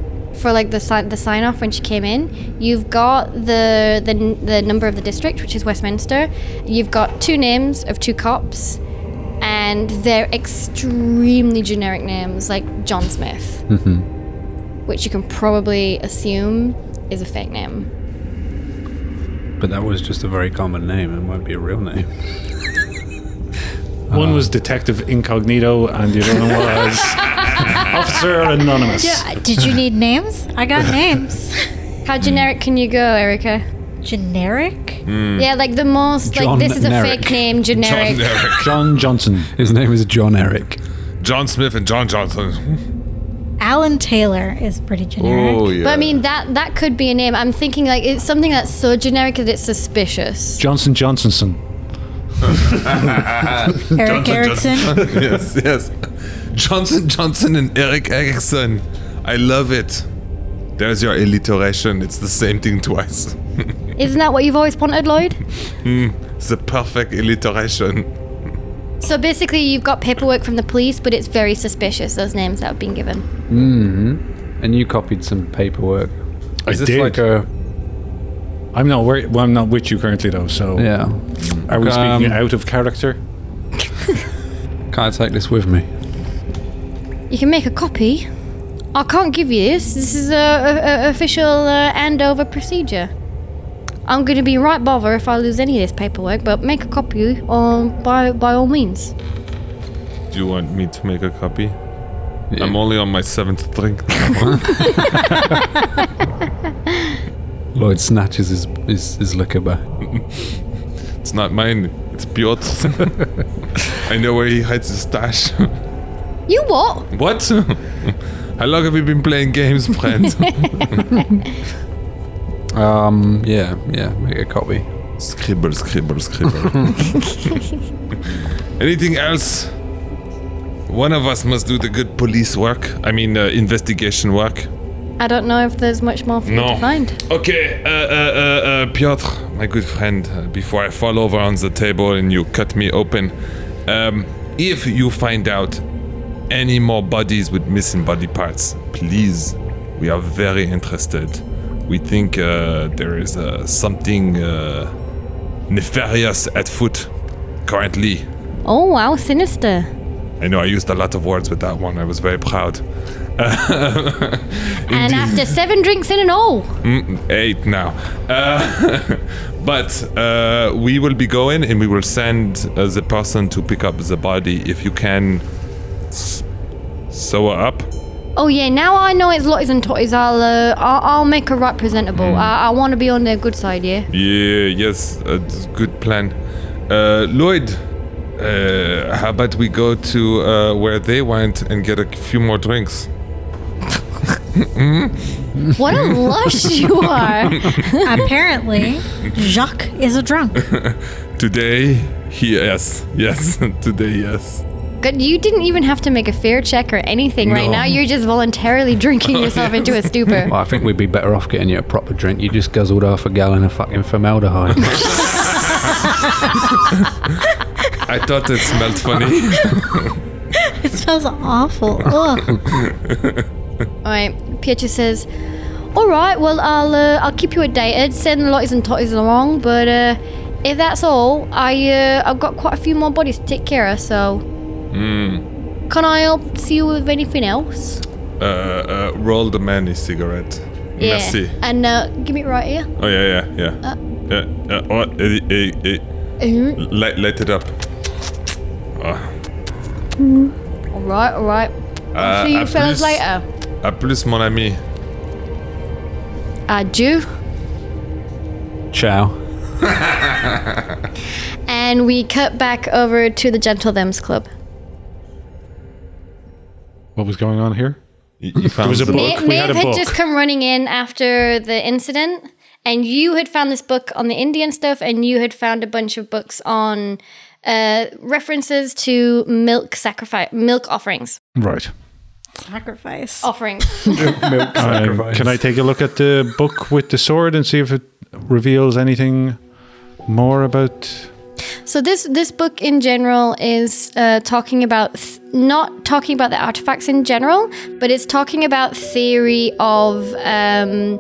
[SPEAKER 3] for like the sign the sign off when she came in. You've got the the n- the number of the district, which is Westminster. You've got two names of two cops, and they're extremely generic names, like John Smith, which you can probably assume is a fake name.
[SPEAKER 1] But that was just a very common name. It won't be a real name. [LAUGHS]
[SPEAKER 4] One was Detective Incognito, and the other one was Officer Anonymous.
[SPEAKER 5] Yeah, Uh, did you need names?
[SPEAKER 2] [LAUGHS]
[SPEAKER 5] I got names.
[SPEAKER 3] How generic can you go, Erica?
[SPEAKER 5] Generic?
[SPEAKER 3] Yeah, like the most like
[SPEAKER 1] John
[SPEAKER 3] this is a
[SPEAKER 1] Merrick.
[SPEAKER 3] fake name,
[SPEAKER 2] John,
[SPEAKER 3] generic.
[SPEAKER 2] Eric.
[SPEAKER 4] John Johnson.
[SPEAKER 1] His name is John Eric.
[SPEAKER 2] [LAUGHS] John Smith and John Johnson.
[SPEAKER 5] Alan Taylor is pretty generic.
[SPEAKER 2] Oh, yeah.
[SPEAKER 3] But I mean that that could be a name. I'm thinking like it's something that's so generic that it's suspicious.
[SPEAKER 4] Johnson Johnsonson.
[SPEAKER 2] Oh,
[SPEAKER 5] Eric
[SPEAKER 2] [LAUGHS]
[SPEAKER 5] Erickson.
[SPEAKER 2] yes, yes. Johnson Johnson and Eric Erickson. I love it. There's your alliteration. It's the same thing twice.
[SPEAKER 3] Isn't that what you've always wanted, Lloyd?
[SPEAKER 2] It's the perfect alliteration.
[SPEAKER 3] So basically, you've got paperwork from the police, but it's very suspicious, those names that have been given.
[SPEAKER 1] And you copied some paperwork.
[SPEAKER 4] I
[SPEAKER 1] Is this
[SPEAKER 4] did.
[SPEAKER 1] like a
[SPEAKER 4] I'm not wor- well, I'm not with you currently though. So
[SPEAKER 1] yeah?
[SPEAKER 4] are we speaking
[SPEAKER 1] Um,
[SPEAKER 4] out of character?
[SPEAKER 1] Can I take this with me?
[SPEAKER 3] You can make a copy. I can't give you this. This is a, a, a official uh, handover procedure. I'm going to be right bother if I lose any of this paperwork, but make a copy um, by by all means.
[SPEAKER 2] Do you want me to make a copy? I'm only on my seventh drink.
[SPEAKER 1] Lloyd snatches his his, his liquor back.
[SPEAKER 2] it's not mine. It's [LAUGHS] Piotr's. I know where he hides his stash.
[SPEAKER 3] You what?
[SPEAKER 2] [LAUGHS] what? How long have you been playing games, friend? [LAUGHS]
[SPEAKER 1] Um, yeah, yeah, make a copy.
[SPEAKER 2] Scribble, scribble, scribble. [LAUGHS] Anything else? One of us must do the good police work. I mean, uh, investigation work.
[SPEAKER 3] I don't know if there's much more for you
[SPEAKER 2] No.
[SPEAKER 3] to find.
[SPEAKER 2] Okay, uh, uh, uh, uh, Piotr, my good friend, uh, before I fall over on the table and you cut me open, um, if you find out any more bodies with missing body parts, please, we are very interested. We think uh, there is uh, something uh, nefarious at foot currently.
[SPEAKER 3] Oh wow, sinister.
[SPEAKER 2] I know I used a lot of words with that one. I was very proud. [LAUGHS]
[SPEAKER 3] And after seven drinks in and all.
[SPEAKER 2] Mm, eight now. Uh, [LAUGHS] but uh, we will be going and we will send uh, the person to pick up the body if you can s- sew her up.
[SPEAKER 3] Oh yeah, now I know it's lotties and totties. I'll uh, I'll, I'll make her right presentable. I, I want to be on their good side, yeah.
[SPEAKER 2] Yeah, yes, uh, it's good plan. Uh, Lloyd, uh, how about we go to uh, where they went and get a few more drinks?
[SPEAKER 3] What a lush you are!
[SPEAKER 5] Apparently, Jacques is a drunk.
[SPEAKER 2] Today, he, yes, [LAUGHS] yes, today, yes.
[SPEAKER 3] God, you didn't even have to make a fear check or anything. Right
[SPEAKER 2] No.
[SPEAKER 3] now, you're just voluntarily drinking yourself into
[SPEAKER 1] [LAUGHS]
[SPEAKER 3] a stupor.
[SPEAKER 1] Well, I think we'd be better off getting you a proper drink. You just guzzled half a gallon of fucking formaldehyde.
[SPEAKER 2] I thought it smelled funny. [LAUGHS]
[SPEAKER 5] It smells awful. Ugh.
[SPEAKER 3] All right, Pietro says, "All right, well, I'll uh, I'll keep you updated. Send the lotties and totties along, but uh, if that's all, I uh, I've got quite a few more bodies to take care of. So,
[SPEAKER 2] Hmm.
[SPEAKER 3] can I help see you with anything else?
[SPEAKER 2] uh, uh, roll the manly cigarette. Merci.
[SPEAKER 3] And uh, give me it right here.
[SPEAKER 2] Oh yeah, yeah, yeah. yeah, yeah. Oh, eh, eh, eh. Light, light it up. Ah.
[SPEAKER 3] All right, all right.
[SPEAKER 2] Uh,
[SPEAKER 3] See you
[SPEAKER 2] à
[SPEAKER 3] fellas
[SPEAKER 2] plus-
[SPEAKER 3] later.
[SPEAKER 2] À plus, mon ami.
[SPEAKER 3] Adieu.
[SPEAKER 1] [LAUGHS] Ciao.
[SPEAKER 3] And we cut back over to the Gentle Them's Club.
[SPEAKER 4] What was going on here?
[SPEAKER 2] You, you found
[SPEAKER 4] was a
[SPEAKER 2] the
[SPEAKER 4] book.
[SPEAKER 3] Ma-
[SPEAKER 4] we had
[SPEAKER 3] Maeve
[SPEAKER 4] a
[SPEAKER 3] had
[SPEAKER 4] book.
[SPEAKER 3] just come running in after the incident, and you had found this book on the Indian stuff, and you had found a bunch of books on uh, references to milk sacrifice, milk offerings,
[SPEAKER 4] [LAUGHS] Right.
[SPEAKER 5] Sacrifice.
[SPEAKER 3] offerings.
[SPEAKER 4] Um, can I take a look at the book with the sword and see if it reveals anything more about?
[SPEAKER 3] So this this book in general is uh, talking about th- not talking about the artifacts in general, but it's talking about theory of um,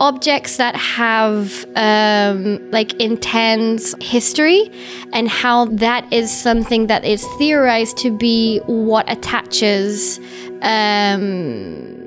[SPEAKER 3] objects that have um, like intense history, and how that is something that is theorized to be what attaches. Um,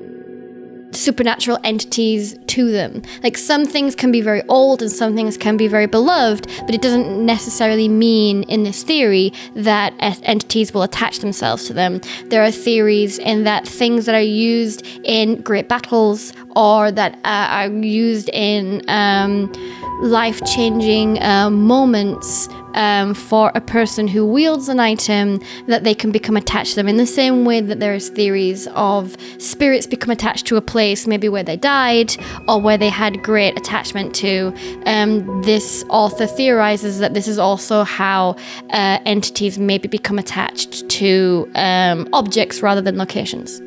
[SPEAKER 3] supernatural entities to them. Like some things can be very old and some things can be very beloved, but it doesn't necessarily mean in this theory that e- entities will attach themselves to them. There are theories in that things that are used in great battles or that uh, are used in um, life changing uh, moments um, for a person who wields an item that they can become attached to them in the same way that there is theories of spirits become attached to a place maybe where they died or where they had great attachment to um, this author theorizes that this is also how uh, entities maybe become attached to um, objects rather than locations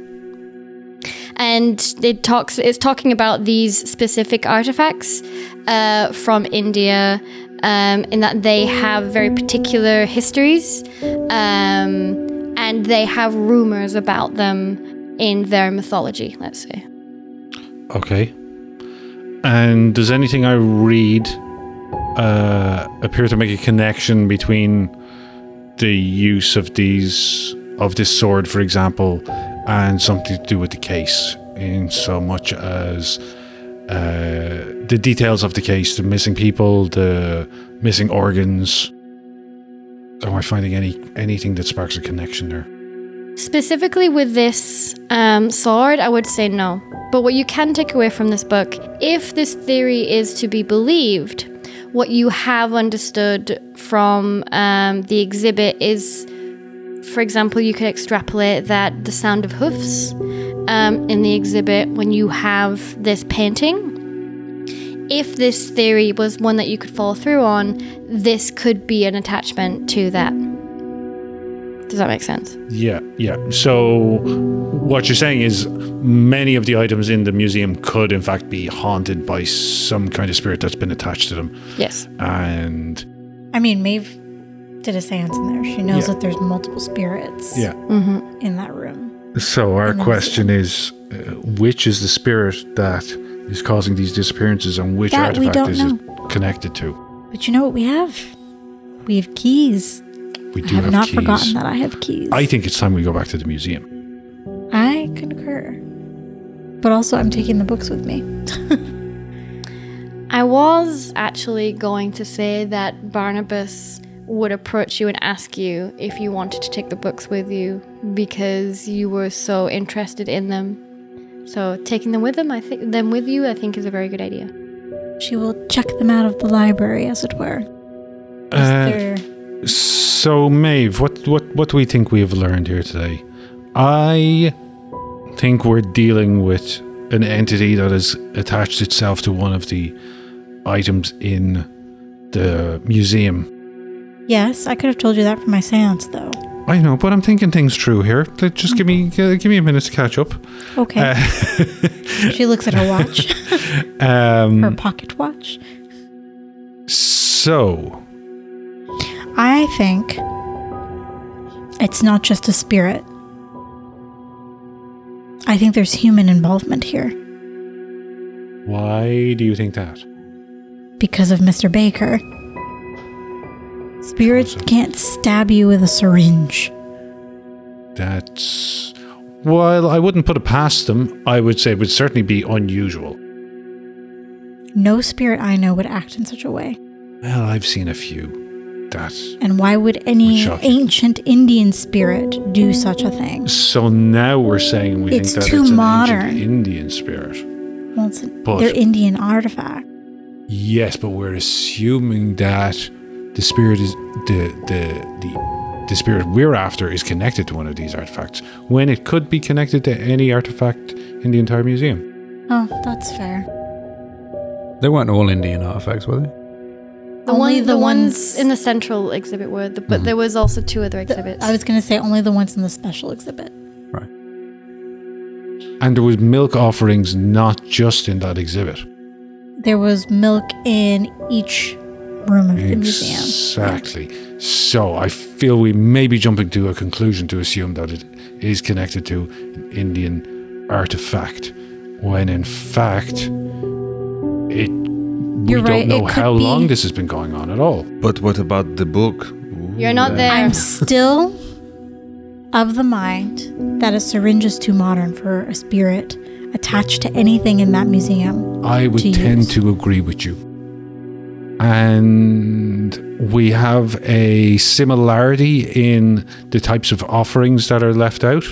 [SPEAKER 3] and it talks it's talking about these specific artifacts uh, from India um, in that they have very particular histories um, and they have rumors about them in their mythology let's say
[SPEAKER 4] Okay. And does anything I read uh, appear to make a connection between the use of these of this sword, for example, and something to do with the case, in so much as uh, the details of the case, the missing people, the missing organs? Am I finding any anything that sparks a connection there?
[SPEAKER 3] Specifically with this um, sword, I would say no. But what you can take away from this book, if this theory is to be believed, what you have understood from um, the exhibit is, for example, you could extrapolate that the sound of hoofs um, in the exhibit when you have this painting if this theory was one that you could follow through on, this could be an attachment to that. Does that make sense?
[SPEAKER 4] Yeah, yeah. So what you're saying is many of the items in the museum could in fact be haunted by some kind of spirit that's been attached to them.
[SPEAKER 3] Yes.
[SPEAKER 4] And
[SPEAKER 5] I mean, Maeve did a seance in there. She knows
[SPEAKER 4] Yeah.
[SPEAKER 5] that there's multiple spirits
[SPEAKER 4] Yeah.
[SPEAKER 5] in that room.
[SPEAKER 4] so our question is uh, which is the spirit that is causing these disappearances and which
[SPEAKER 5] That we
[SPEAKER 4] artifact is
[SPEAKER 5] don't
[SPEAKER 4] it connected to?
[SPEAKER 5] But you know what we have? We have keys.
[SPEAKER 4] We
[SPEAKER 5] I
[SPEAKER 4] do
[SPEAKER 5] have,
[SPEAKER 4] have
[SPEAKER 5] not
[SPEAKER 4] keys.
[SPEAKER 5] forgotten that I have keys.
[SPEAKER 4] I think it's time we go back to the museum.
[SPEAKER 5] I concur. But also, I'm taking the books with me. [LAUGHS]
[SPEAKER 3] I was actually going to say that Barnabas would approach you and ask you if you wanted to take the books with you because you were so interested in them. So taking them with them, I think them with you, I think is a very good idea.
[SPEAKER 5] She will check them out of the library, as it were.
[SPEAKER 4] Uh,
[SPEAKER 5] Is there-
[SPEAKER 4] So, Maeve, what, what, what do we think we have learned here today? I think we're dealing with an entity that has attached itself to one of the items in the museum.
[SPEAKER 5] Yes, I could have told you that from my seance, though.
[SPEAKER 4] I know, but I'm thinking things through here. Let- Just give me gi- give me a minute to catch up.
[SPEAKER 5] Okay.
[SPEAKER 4] Uh,
[SPEAKER 5] she looks at her
[SPEAKER 4] [LAUGHS]
[SPEAKER 5] watch, [LAUGHS] her
[SPEAKER 4] Um,
[SPEAKER 5] pocket watch.
[SPEAKER 4] so,
[SPEAKER 5] I think it's not just a spirit. I think there's human involvement here
[SPEAKER 4] why do you think that?
[SPEAKER 5] because of Mr. Baker. Spirits can't stab you with a syringe.
[SPEAKER 4] That's while I wouldn't put it past them. I would say it would certainly be unusual.
[SPEAKER 5] No spirit I know would act in such a way.
[SPEAKER 4] Well, I've seen a few. That's
[SPEAKER 5] And why would any
[SPEAKER 4] Shocking.
[SPEAKER 5] ancient Indian spirit do such a thing?
[SPEAKER 4] so now we're saying we
[SPEAKER 5] It's
[SPEAKER 4] think that
[SPEAKER 5] too
[SPEAKER 4] it's an
[SPEAKER 5] modern.
[SPEAKER 4] ancient Indian spirit.
[SPEAKER 5] Well, it's an,
[SPEAKER 4] But-
[SPEAKER 5] they're Indian artifact.
[SPEAKER 4] Yes, but we're assuming that the spirit is the the the the spirit we're after is connected to one of these artifacts when it could be connected to any artifact in the entire museum.
[SPEAKER 5] Oh, that's fair.
[SPEAKER 1] They weren't all Indian artifacts, were they?
[SPEAKER 3] The
[SPEAKER 5] Only
[SPEAKER 3] one,
[SPEAKER 5] the
[SPEAKER 3] the ones
[SPEAKER 5] ones-
[SPEAKER 3] in the central exhibit were, the, but there was also two other
[SPEAKER 5] The-
[SPEAKER 3] exhibits.
[SPEAKER 5] I was going to say only the ones in the special exhibit.
[SPEAKER 4] And there was milk offerings not just in that exhibit.
[SPEAKER 5] There was milk in each room of the museum.
[SPEAKER 4] Exactly. So I feel we may be jumping to a conclusion to assume that it is connected to an Indian artifact, when in fact, it. we
[SPEAKER 5] You're
[SPEAKER 4] don't
[SPEAKER 5] right,
[SPEAKER 4] know
[SPEAKER 5] it could
[SPEAKER 4] how long
[SPEAKER 5] be-
[SPEAKER 4] this has been going on at all.
[SPEAKER 2] But what about the book?
[SPEAKER 3] You're not there.
[SPEAKER 5] I'm still of the mind that a syringe is too modern for a spirit attached to anything in that museum.
[SPEAKER 4] I would
[SPEAKER 5] to
[SPEAKER 4] tend
[SPEAKER 5] use.
[SPEAKER 4] to agree with you. And we have a similarity in the types of offerings that are left out.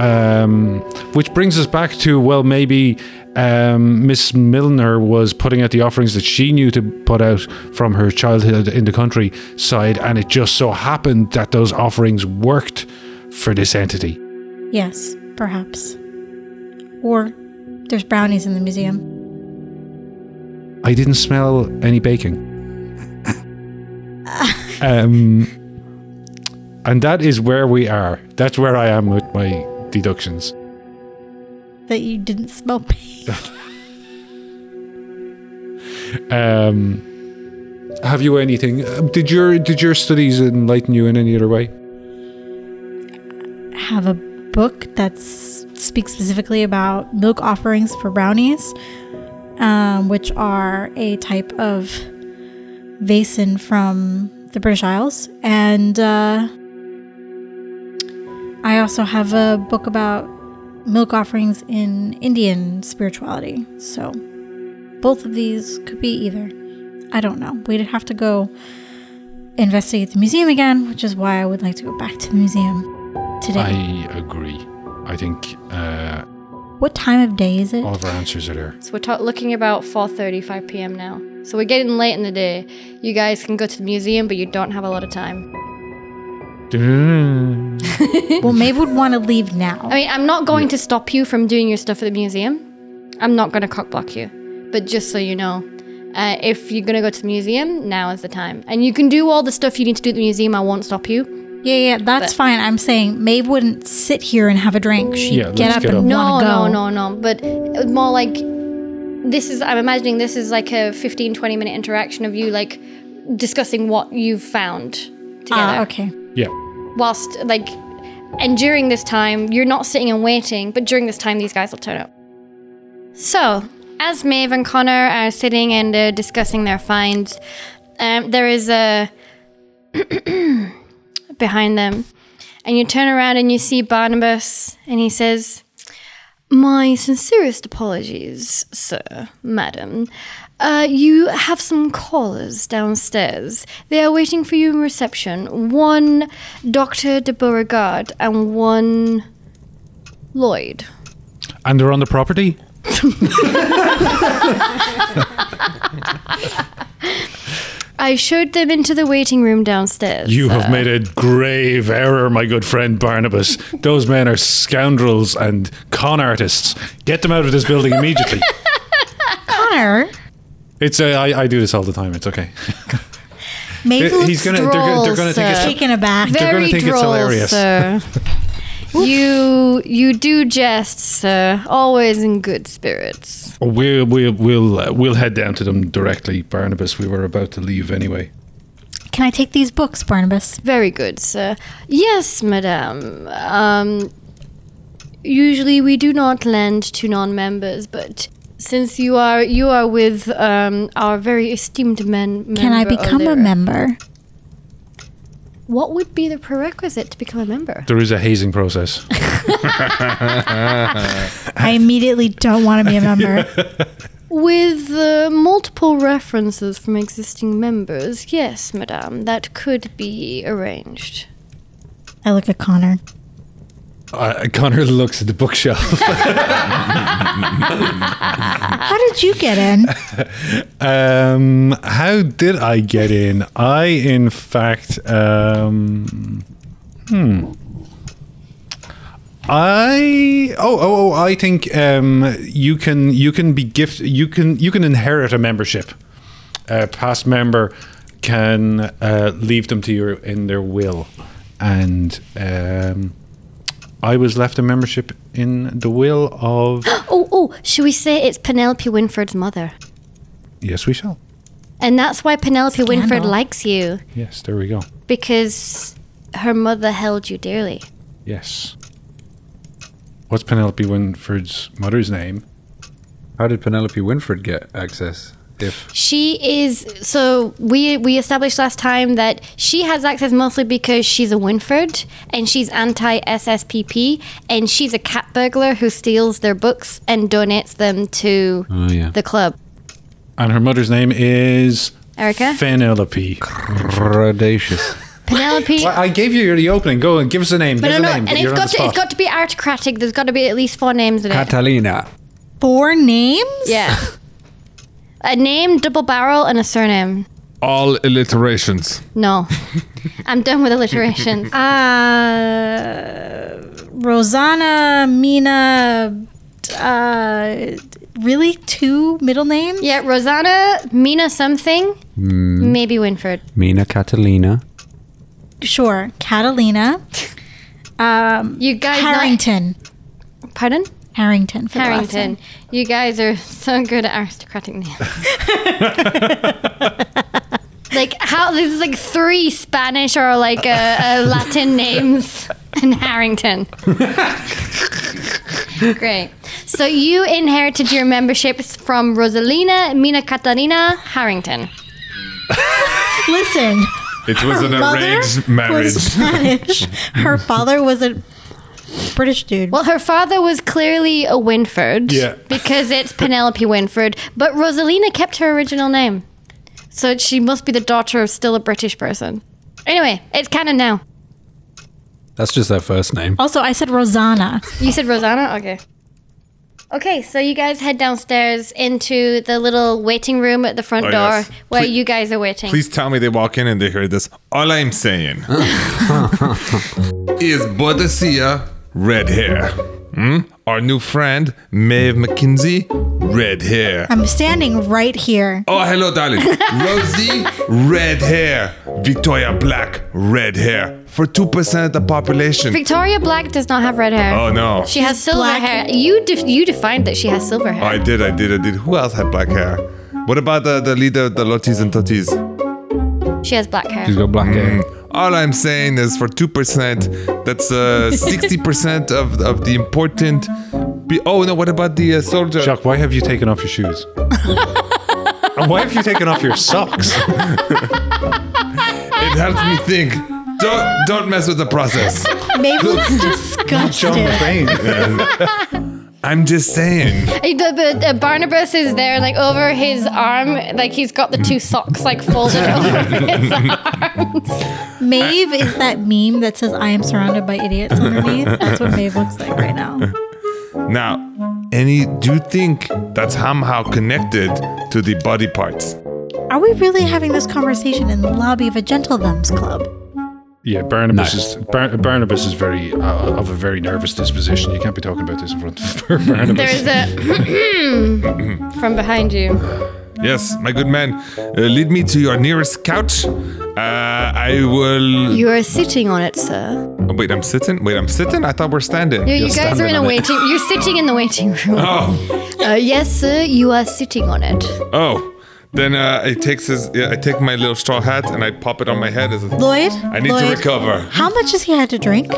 [SPEAKER 4] Um, which brings us back to well, maybe um, Miss Milner was putting out the offerings that she knew to put out from her childhood in the countryside, and it just so happened that those offerings worked for this entity.
[SPEAKER 5] Yes, perhaps. Or there's brownies in the museum.
[SPEAKER 4] I didn't smell any baking. um, and that is where we are. That's where I am with my deductions.
[SPEAKER 5] That you didn't smell [LAUGHS] pain.
[SPEAKER 4] Um, have you anything? um, Did your did your studies enlighten you in any other way?
[SPEAKER 5] Have a book that s- speaks specifically about milk offerings for brownies, um, which are a type of basin from the British Isles. And uh, I also have a book about milk offerings in Indian spirituality. So both of these could be either. I don't know. We'd have to go investigate the museum again, which is why I would like to go back to the museum today.
[SPEAKER 4] I agree. I think uh,
[SPEAKER 5] What time of day is it?
[SPEAKER 4] all of our answers
[SPEAKER 3] [LAUGHS]
[SPEAKER 4] are there.
[SPEAKER 3] So we're ta- looking about 4:30, 5 p.m. now. So we're getting late in the day. You guys can go to the museum, but you don't have a lot of time.
[SPEAKER 4] [LAUGHS]
[SPEAKER 5] Well, Maeve would want to leave now.
[SPEAKER 3] I mean, I'm not going to stop you from doing your stuff at the museum. I'm not going to cockblock you. But just so you know, uh, if you're going to go to the museum, now is the time. And you can do all the stuff you need to do at the museum. I won't stop you.
[SPEAKER 5] yeah, yeah, that's fine. I'm saying Maeve wouldn't sit here and have a drink. She'd
[SPEAKER 4] Yeah,
[SPEAKER 5] get
[SPEAKER 4] let's
[SPEAKER 5] up
[SPEAKER 4] get
[SPEAKER 5] and
[SPEAKER 4] up.
[SPEAKER 3] No,
[SPEAKER 5] want to go.
[SPEAKER 3] no, no, no. But it was more like this is, I'm imagining this is like a 15, 20 minute interaction of you like discussing what you've found together.
[SPEAKER 5] Ah, okay.
[SPEAKER 4] Yeah,
[SPEAKER 3] whilst like and during this time you're not sitting and waiting but during this time these guys will turn up so as maeve and connor are sitting and uh, discussing their finds um, there is a [CLEARS THROAT] behind them and you turn around and you see barnabas and he says my sincerest apologies sir madam uh, you have some callers downstairs. They are waiting for you in reception. One Dr. de Beauregard and one Lloyd.
[SPEAKER 4] and they're on the property.
[SPEAKER 3] I showed them into the waiting room downstairs.
[SPEAKER 4] You have made a grave error, my good friend Barnabas. Those men are scoundrels and con artists. Get them out of this building immediately.
[SPEAKER 5] Connor,
[SPEAKER 4] It's uh, I, I do this all the time. It's okay.
[SPEAKER 5] Maeve looks
[SPEAKER 4] He's gonna they're, gonna- they're gonna think it's
[SPEAKER 5] taken aback.
[SPEAKER 4] gonna
[SPEAKER 3] Very
[SPEAKER 4] think it's
[SPEAKER 3] droll,
[SPEAKER 4] hilarious.
[SPEAKER 3] sir.
[SPEAKER 4] [LAUGHS]
[SPEAKER 3] you you do jest, sir. Always in good spirits.
[SPEAKER 4] We'll we'll we'll uh, we'll head down to them directly, Barnabas. We were about to leave anyway.
[SPEAKER 5] Can I take these books, Barnabas?
[SPEAKER 3] Very good, sir. Yes, madame. Um, usually we do not lend to non-members, but since you are you are with um, our very esteemed men, member
[SPEAKER 5] Can I become a
[SPEAKER 3] O'Leary,
[SPEAKER 5] member?
[SPEAKER 3] What would be the prerequisite to become a member?
[SPEAKER 4] There is a hazing process.
[SPEAKER 5] I immediately don't want
[SPEAKER 4] [LAUGHS]
[SPEAKER 5] to be a member.
[SPEAKER 3] With uh, multiple references from existing members, yes, madame, that could be arranged.
[SPEAKER 5] I look at Connor.
[SPEAKER 4] uh, Connor looks at the bookshelf.
[SPEAKER 5] How did you get
[SPEAKER 4] [LAUGHS]
[SPEAKER 5] in?
[SPEAKER 4] um, how did I get in? I, in fact, um, hmm. I oh oh oh I think um, you can you can be gift you can you can inherit a membership. A past member can uh, leave them to you in their will, and um, I was left a membership in the will of.
[SPEAKER 3] Oh, oh, should we say it's Penelope Winford's mother?
[SPEAKER 4] yes, we shall.
[SPEAKER 3] And that's why Penelope Winford
[SPEAKER 5] Scandal.
[SPEAKER 3] likes you.
[SPEAKER 4] Yes, there we go.
[SPEAKER 3] because her mother held you dearly.
[SPEAKER 4] Yes. What's Penelope Winford's mother's name?
[SPEAKER 1] How did Penelope Winfred get access? If
[SPEAKER 3] She is so we we established last time that she has access mostly because she's a Winford and she's anti SSPP and she's a cat burglar who steals their books and donates them to
[SPEAKER 1] oh yeah,
[SPEAKER 3] the club.
[SPEAKER 4] And her mother's name is
[SPEAKER 3] Erica?
[SPEAKER 4] Penelope.
[SPEAKER 1] Predacious.
[SPEAKER 3] Penelope.
[SPEAKER 4] Well, I gave you the opening. Go and give us a name.
[SPEAKER 3] But
[SPEAKER 4] give
[SPEAKER 3] no, no,
[SPEAKER 4] us a name.
[SPEAKER 3] and it's
[SPEAKER 4] you're on
[SPEAKER 3] got
[SPEAKER 4] the
[SPEAKER 3] to, it's
[SPEAKER 4] spot.
[SPEAKER 3] got to be aristocratic. There's got to be at least four names in it.
[SPEAKER 1] Catalina.
[SPEAKER 5] Four names?
[SPEAKER 3] Yeah. a name, double barrel, and a surname.
[SPEAKER 2] All alliterations.
[SPEAKER 3] No. [LAUGHS] I'm done with alliterations.
[SPEAKER 5] Uh, Rosanna, Mina, uh, really two middle names?
[SPEAKER 3] yeah, Rosanna, Mina something, maybe Winford.
[SPEAKER 1] Mina Catalina.
[SPEAKER 5] Sure. Catalina. Um,
[SPEAKER 3] You guys not-
[SPEAKER 5] Harrington.
[SPEAKER 3] pardon?
[SPEAKER 5] Harrington. For the last
[SPEAKER 3] Harrington. You guys are [LAUGHS] so good at aristocratic names. like how this is like three Spanish or like a, a Latin names and Harrington. Great. So you inherited your memberships from Rosalina, Mina Catalina, Harrington.
[SPEAKER 5] one. Listen.
[SPEAKER 2] It was an
[SPEAKER 5] mother
[SPEAKER 2] arranged marriage.
[SPEAKER 5] Was Spanish.
[SPEAKER 2] [LAUGHS]
[SPEAKER 5] Her father was a British dude.
[SPEAKER 3] Well, her father was clearly a Winford.
[SPEAKER 2] Yeah.
[SPEAKER 3] Because it's Penelope Winford, but Rosalina kept her original name. So she must be the daughter of still a British person. Anyway, it's canon now.
[SPEAKER 1] That's just their first name.
[SPEAKER 5] Also, I said Rosanna.
[SPEAKER 3] You said Rosanna? Okay. Okay, so you guys head downstairs into the little waiting room at the front
[SPEAKER 2] Oh,
[SPEAKER 3] door
[SPEAKER 2] yes.
[SPEAKER 3] where
[SPEAKER 2] Please-
[SPEAKER 3] you guys are waiting.
[SPEAKER 2] Please tell me they walk in and they hear this. All I'm saying is Boadicea, red hair. Hmm? Our new friend, Maeve McKinsey, red hair.
[SPEAKER 5] I'm standing right here.
[SPEAKER 2] Oh, hello, darling. Rosie, red hair. Victoria Black, red hair. For 2% of the population.
[SPEAKER 3] Victoria Black does not have red hair.
[SPEAKER 2] Oh, no.
[SPEAKER 3] She has silver
[SPEAKER 5] black.
[SPEAKER 3] hair. You def- you defined that she has silver hair.
[SPEAKER 2] I did, I did, I did. Who else had black hair? What about the, the leader of the Lotties and Totties?
[SPEAKER 3] She has black hair.
[SPEAKER 1] She's got black hair.
[SPEAKER 2] All I'm saying is for 2%, that's uh, 60% of, of the important. Be- oh, no, what about the uh, soldier?
[SPEAKER 4] Jacques, why have you taken off
[SPEAKER 3] [LAUGHS]
[SPEAKER 4] your shoes? and why have you taken off
[SPEAKER 3] [LAUGHS]
[SPEAKER 4] your socks?
[SPEAKER 2] It helps me think. Don't, don't mess with the process. [LAUGHS]
[SPEAKER 5] Mabel's
[SPEAKER 4] John
[SPEAKER 5] disgusted.
[SPEAKER 4] McClane.
[SPEAKER 2] I'm just saying.
[SPEAKER 3] Uh, The, the, the Barnabas is there, like over his arm, like he's got the two socks like folded over his arms.
[SPEAKER 5] Maeve is that meme that says I am surrounded by idiots underneath. That's what Maeve looks like right now.
[SPEAKER 2] Now, any do you think that's somehow connected to the body parts?
[SPEAKER 5] Are we really having this conversation in the lobby of a gentlemen's club?
[SPEAKER 4] Yeah, Barnabas is Bar- Barnabas is very uh, of a very nervous disposition. You can't be talking about this in front of [LAUGHS] Barnabas.
[SPEAKER 3] There is a [CLEARS THROAT] from behind you.
[SPEAKER 2] Yes, my good man, uh, lead me to your nearest couch. Uh, I will.
[SPEAKER 3] You are sitting on it, sir.
[SPEAKER 2] Oh, wait, I'm sitting. Wait, I'm sitting. I thought we're standing.
[SPEAKER 3] You, you guys are
[SPEAKER 1] standing
[SPEAKER 3] in a
[SPEAKER 1] on it.
[SPEAKER 3] waiting. You're sitting in the waiting room.
[SPEAKER 2] Oh,
[SPEAKER 3] Uh, yes, sir. You are sitting on it.
[SPEAKER 2] oh. Then uh, I takes his. Yeah, I take my little straw hat and I pop it on my head. As a,
[SPEAKER 5] Lloyd?
[SPEAKER 2] I need to
[SPEAKER 5] Lloyd,
[SPEAKER 2] recover.
[SPEAKER 5] How much has he had to drink?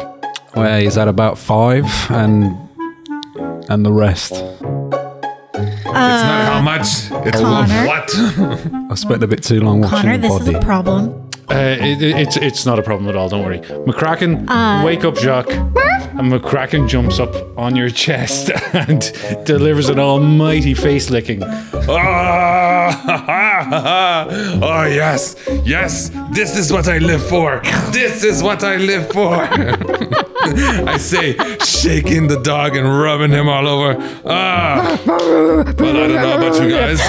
[SPEAKER 1] Well, he's at about five and and the rest.
[SPEAKER 2] it's not how much. It's
[SPEAKER 5] Uh, Connor?
[SPEAKER 2] what.
[SPEAKER 1] I spent a bit too long watching
[SPEAKER 5] Connor,
[SPEAKER 1] the
[SPEAKER 5] this is
[SPEAKER 1] body.
[SPEAKER 5] a problem.
[SPEAKER 4] Uh, it, it- it's it's not a problem at all. Don't worry. McCracken,
[SPEAKER 3] Uh.
[SPEAKER 4] wake up, Jacques. And McCracken jumps up on your chest [LAUGHS] and delivers an almighty face licking.
[SPEAKER 2] Ah, oh yes, yes. This is what I live for. This is what I live for. I say, shaking the dog and rubbing him all over. Ah, but I don't know about you
[SPEAKER 5] [LAUGHS]
[SPEAKER 2] guys.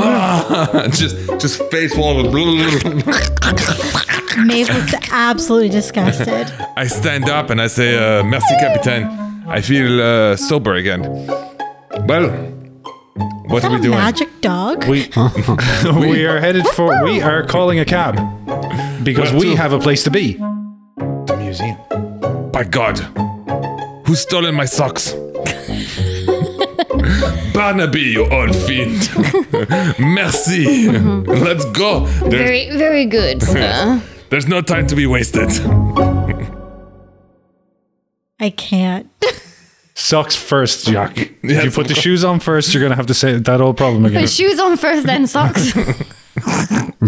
[SPEAKER 2] Ah, just, just face wall.
[SPEAKER 5] Maeve looks absolutely disgusted.
[SPEAKER 2] [LAUGHS] I stand up and I say, uh, "Merci, Capitaine." I feel uh, sober again. Well, what are we
[SPEAKER 5] Is that a
[SPEAKER 2] doing?
[SPEAKER 5] magic dog?
[SPEAKER 4] We [LAUGHS] we are headed for. We are calling a cab because
[SPEAKER 2] Where
[SPEAKER 4] we
[SPEAKER 2] to?
[SPEAKER 4] have a place to be. The museum.
[SPEAKER 2] By God, who's stolen my
[SPEAKER 3] [LAUGHS]
[SPEAKER 2] socks? Barnaby, you old
[SPEAKER 3] [LAUGHS]
[SPEAKER 2] fiend. Merci. Let's go. There's,
[SPEAKER 3] Very, very good, sir.
[SPEAKER 2] there's no time to be wasted.
[SPEAKER 5] I can't.
[SPEAKER 4] Socks first, Jacques.
[SPEAKER 2] Yes,
[SPEAKER 4] if you put
[SPEAKER 2] of
[SPEAKER 4] the shoes on first, you're gonna have to say that old problem again.
[SPEAKER 3] Put shoes on first, then socks.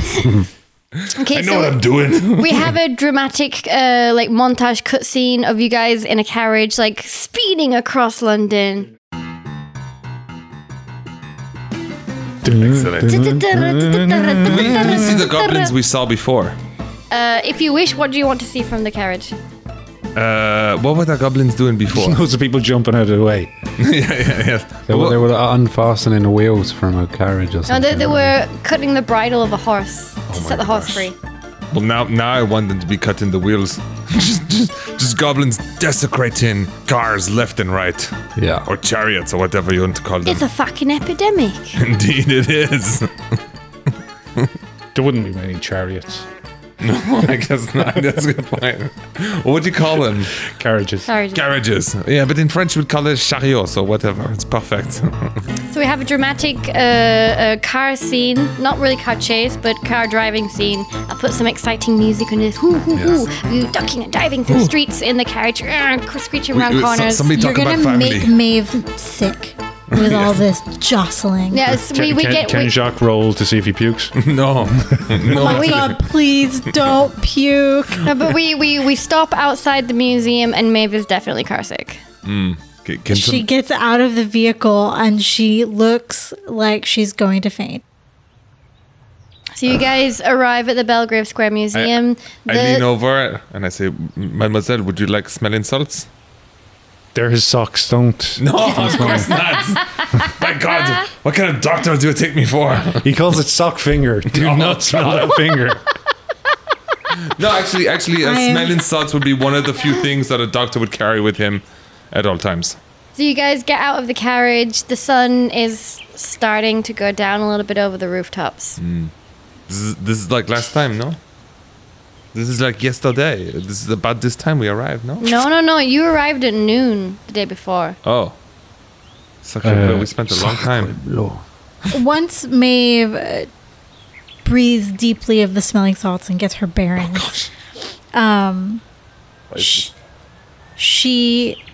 [SPEAKER 3] okay,
[SPEAKER 2] I know
[SPEAKER 3] so
[SPEAKER 2] what I'm doing.
[SPEAKER 3] we have a dramatic uh, like montage cutscene of you guys in a carriage like speeding across London. Uh,
[SPEAKER 2] Excellent. Do we see the goblins we saw before?
[SPEAKER 3] Uh, if you wish, what do you want to see from the carriage?
[SPEAKER 2] Uh, what were the goblins doing before?
[SPEAKER 1] [LAUGHS]
[SPEAKER 2] [LAUGHS]
[SPEAKER 4] Loads of people jumping out of the way.
[SPEAKER 2] yeah, yeah, yeah.
[SPEAKER 1] They were,
[SPEAKER 2] What-
[SPEAKER 1] they were unfastening the wheels from a carriage or
[SPEAKER 3] No,
[SPEAKER 1] something.
[SPEAKER 3] they, they were cutting the bridle of a horse
[SPEAKER 2] Oh
[SPEAKER 3] to set the horse free.
[SPEAKER 2] Well, now, now I want them to be cutting the wheels. [LAUGHS] just, just, just goblins desecrating cars left and right,
[SPEAKER 1] Yeah.
[SPEAKER 3] Oh,
[SPEAKER 2] or chariots, or whatever you want to call them.
[SPEAKER 3] It's a fucking epidemic.
[SPEAKER 2] [LAUGHS] Indeed, it is.
[SPEAKER 4] There wouldn't be many chariots,
[SPEAKER 2] [LAUGHS] I guess not. That's a good point. What do you call them?
[SPEAKER 4] carriages.
[SPEAKER 3] Sorry.
[SPEAKER 2] Carriages. Yeah, but in French we'd call it chariots or whatever. It's perfect. [LAUGHS]
[SPEAKER 3] So we have a dramatic uh, uh, car scene, not really car chase, but car driving scene. I put some exciting music on this. Hoo hoo hoo! You ducking and diving through streets in the carriage, Arr, screeching
[SPEAKER 2] We-
[SPEAKER 3] around
[SPEAKER 2] we- so-
[SPEAKER 3] corners.
[SPEAKER 2] somebody
[SPEAKER 5] You're
[SPEAKER 2] talk about
[SPEAKER 5] gonna
[SPEAKER 2] family.
[SPEAKER 5] make Maeve sick
[SPEAKER 2] [LAUGHS]
[SPEAKER 5] with all this jostling.
[SPEAKER 3] yes, we,
[SPEAKER 4] Can,
[SPEAKER 3] we
[SPEAKER 4] can,
[SPEAKER 3] get.
[SPEAKER 4] can
[SPEAKER 3] We,
[SPEAKER 4] Jacques roll to see if he pukes?
[SPEAKER 2] [LAUGHS] no, no.
[SPEAKER 5] Oh my god, please don't puke.
[SPEAKER 3] no, but we, we we stop outside the museum, and Maeve is definitely car sick.
[SPEAKER 2] Can, can
[SPEAKER 5] She
[SPEAKER 2] some-
[SPEAKER 5] gets out of the vehicle and she looks like she's going to faint.
[SPEAKER 3] So you guys arrive at the Belgrave Square Museum.
[SPEAKER 2] I
[SPEAKER 3] The-
[SPEAKER 2] lean over and I say, "Mademoiselle, would you like smelling salts?"
[SPEAKER 4] They're his socks. Don't.
[SPEAKER 2] No, of course not. my God, what kind of doctor do you take me for?
[SPEAKER 4] He calls it
[SPEAKER 2] [LAUGHS]
[SPEAKER 4] sock finger. Do
[SPEAKER 2] No.
[SPEAKER 4] not smell that finger.
[SPEAKER 2] [LAUGHS] No, actually, actually, uh,
[SPEAKER 5] I am-
[SPEAKER 2] smelling salts would be one of the few things that a doctor would carry with him at all times.
[SPEAKER 3] So you guys get out of the carriage. The sun is starting to go down a little bit over the rooftops.
[SPEAKER 2] Mm. This is, this is like last time, no? This is like yesterday. This is about this time we arrived, no?
[SPEAKER 3] No, no, no. You arrived at noon the day before.
[SPEAKER 2] Oh. Sacre bleu, we spent a long time.
[SPEAKER 5] Once Maeve uh, breathes deeply of the smelling salts and gets her bearings,
[SPEAKER 2] Oh,
[SPEAKER 5] um, sh- she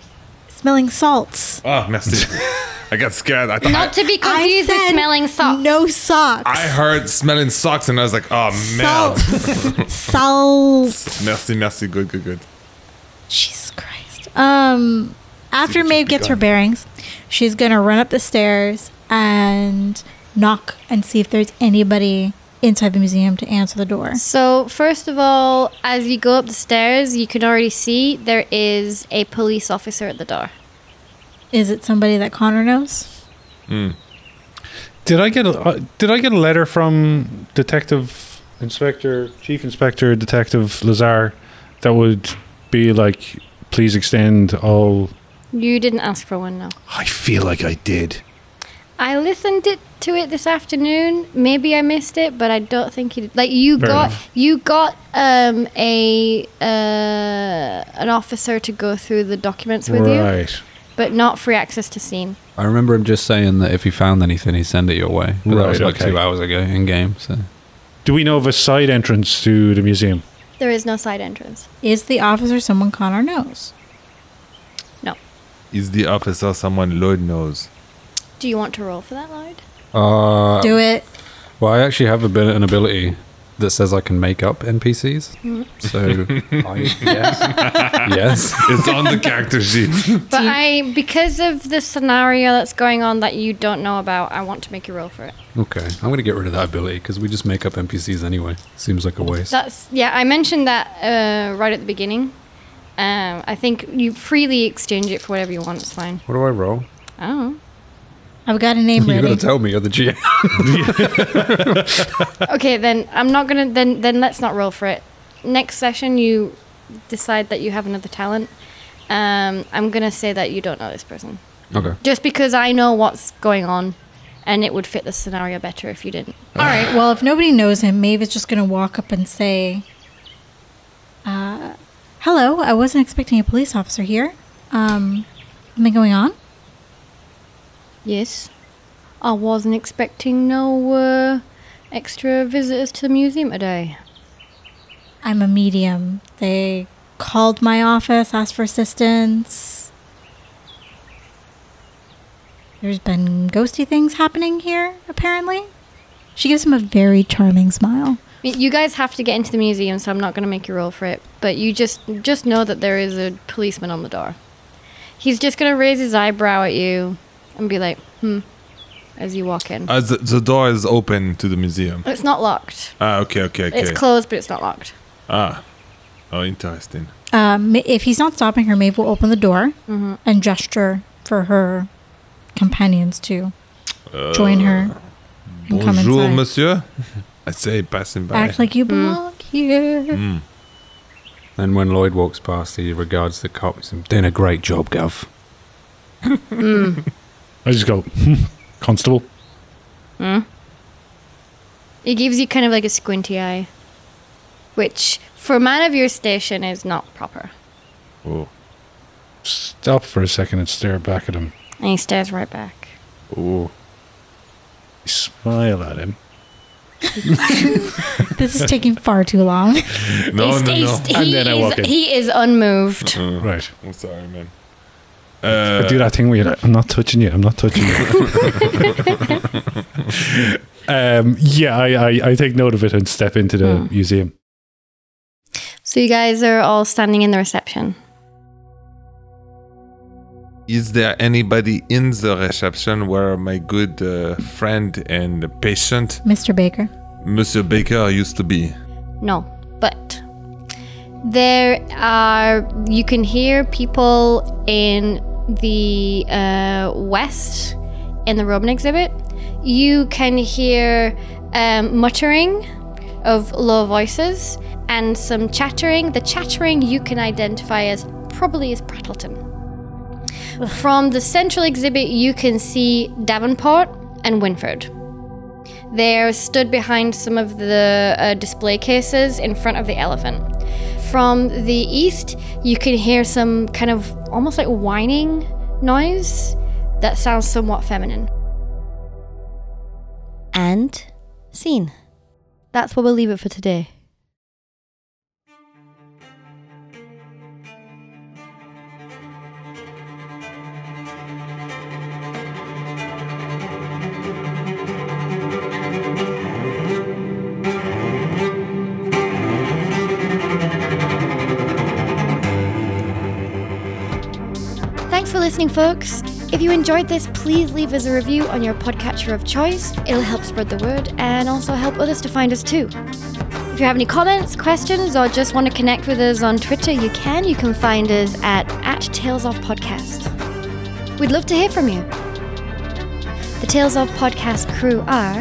[SPEAKER 5] smelling salts.
[SPEAKER 2] Oh, messy. [LAUGHS] I got scared. I, thought
[SPEAKER 3] Not to be confused with
[SPEAKER 5] said
[SPEAKER 3] smelling socks.
[SPEAKER 5] No socks.
[SPEAKER 2] [LAUGHS] I, I heard smelling socks and I was like, oh, man.
[SPEAKER 5] salts. [LAUGHS] salts.
[SPEAKER 2] Merci, merci. Good, good, good.
[SPEAKER 5] Jesus Christ. Um, after
[SPEAKER 2] what
[SPEAKER 5] Maeve
[SPEAKER 2] you've
[SPEAKER 5] gets her
[SPEAKER 2] begun.
[SPEAKER 5] bearings, she's gonna run up the stairs and knock and see if there's anybody inside the museum to answer the door.
[SPEAKER 3] So, first of all, as you go up the stairs, you can already see there is a police officer at the door.
[SPEAKER 5] Is it somebody that Connor knows?
[SPEAKER 4] Did I get a uh, Did I get a letter from Detective Inspector Chief Inspector Detective Lazar that would be like, please extend all.
[SPEAKER 3] You didn't ask for one, no.
[SPEAKER 7] I feel like I did.
[SPEAKER 3] I listened it, to it this afternoon. Maybe I missed it, but I don't think you did. Like you
[SPEAKER 4] Fair
[SPEAKER 3] got
[SPEAKER 4] enough.
[SPEAKER 3] you got um a uh an officer to go through the documents with you,
[SPEAKER 4] right.
[SPEAKER 3] but not free access to scene.
[SPEAKER 1] I remember him just saying that if he found anything, he'd send it your way. But that was
[SPEAKER 4] Right,
[SPEAKER 1] like
[SPEAKER 4] okay.
[SPEAKER 1] two hours ago in game. So
[SPEAKER 4] Do we know of a side entrance to the museum?
[SPEAKER 3] There is no side entrance.
[SPEAKER 5] Is the officer someone Connor knows?
[SPEAKER 2] Is the officer someone Lloyd knows?
[SPEAKER 3] Do you want to roll for that, Lloyd?
[SPEAKER 1] uh,
[SPEAKER 5] Do it.
[SPEAKER 1] Well, I actually have a bit an ability that says I can make up NPCs. So, [LAUGHS] I, yes, yes.
[SPEAKER 2] It's on the character sheet.
[SPEAKER 3] But I, because of the scenario that's going on that you don't know about, I want to make you roll for it.
[SPEAKER 1] Okay, I'm gonna get rid of that ability because we just make up NPCs anyway. Seems like a waste.
[SPEAKER 3] That's yeah. I mentioned that uh, right at the beginning. Um, I think you freely exchange it for whatever you want. It's fine.
[SPEAKER 1] What do I roll?
[SPEAKER 3] Oh,
[SPEAKER 5] I've got a
[SPEAKER 1] [LAUGHS]
[SPEAKER 5] name
[SPEAKER 1] You gotta
[SPEAKER 5] ready.
[SPEAKER 1] tell me. You're the GM.
[SPEAKER 3] okay. Then I'm not gonna. Then then let's not roll for it. Next session, you decide that you have another talent. Um, I'm gonna say that you don't know this person,
[SPEAKER 1] Okay.
[SPEAKER 3] just because I know what's going on, and it would fit the scenario better if you didn't.
[SPEAKER 5] All right. Well, if nobody knows him, Maeve is just gonna walk up and say, uh, "Hello. I wasn't expecting a police officer here. Um, something going on?"
[SPEAKER 3] Yes. I wasn't expecting no uh, extra visitors to the museum today.
[SPEAKER 5] I'm a medium. They called my office, asked for assistance. There's been ghosty things happening here, apparently. She gives him a very charming smile.
[SPEAKER 3] Y- You guys have to get into the museum, so I'm not going to make you roll for it. But you just just know that there is a policeman on the door. He's just going to raise his eyebrow at you and be like, "Hmm," as you walk in.
[SPEAKER 2] Uh, the, the door is open to the museum.
[SPEAKER 3] it's not locked.
[SPEAKER 2] Ah, okay, okay, okay.
[SPEAKER 3] It's closed, but it's not locked.
[SPEAKER 2] Ah. Oh, interesting.
[SPEAKER 5] Um, Ma- if he's not stopping her, Maeve will open the door and gesture for her companions to join her and come
[SPEAKER 2] Bonjour,
[SPEAKER 5] inside.
[SPEAKER 2] monsieur. I say, passing by.
[SPEAKER 5] Act like you belong here.
[SPEAKER 1] Mm. Then when Lloyd walks past, he regards the cop as doing a great job, Gov.
[SPEAKER 4] I just go, hmm, constable.
[SPEAKER 3] It gives you kind of like a squinty eye, which for a man of your station is not proper.
[SPEAKER 2] oh,
[SPEAKER 4] Stop for a second and stare back at him.
[SPEAKER 3] And he stares right back.
[SPEAKER 2] oh.
[SPEAKER 4] I smile at him.
[SPEAKER 5] [LAUGHS] This is taking far too long.
[SPEAKER 2] No, no,
[SPEAKER 3] He's-
[SPEAKER 2] no.
[SPEAKER 3] he's-
[SPEAKER 4] And
[SPEAKER 3] he
[SPEAKER 4] then I walk in. Mm-hmm.
[SPEAKER 3] is, he is unmoved.
[SPEAKER 2] Mm.
[SPEAKER 4] Right.
[SPEAKER 2] I'm sorry, man. Uh,
[SPEAKER 4] I do that thing where you're like, I'm not touching you. I'm not touching you. [LAUGHS] um, yeah, I, I, I take note of it and step into the museum.
[SPEAKER 3] So you guys are all standing in the reception.
[SPEAKER 2] Is there anybody in the reception where my good uh, friend and patient,
[SPEAKER 5] Mr. Baker.
[SPEAKER 2] Monsieur Baker, used to be?
[SPEAKER 3] No, but there are. You can hear people in the uh, west in the Roman exhibit. You can hear um, muttering of low voices and some chattering. The chattering you can identify as probably is Prattleton. From the central exhibit, you can see Davenport and Winford. They're stood behind some of the uh, display cases in front of the elephant. From the east, you can hear some kind of almost like whining noise that sounds somewhat feminine. And scene. That's where we'll leave it for today. Thanks for listening, folks. If you enjoyed this, please leave us a review on your podcatcher of choice. It'll help spread the word and also help others to find us too. If you have any comments, questions, or just want to connect with us on Twitter, you can. You can find us at, at Tales of Podcast. We'd love to hear from you. The Tales of Podcast crew are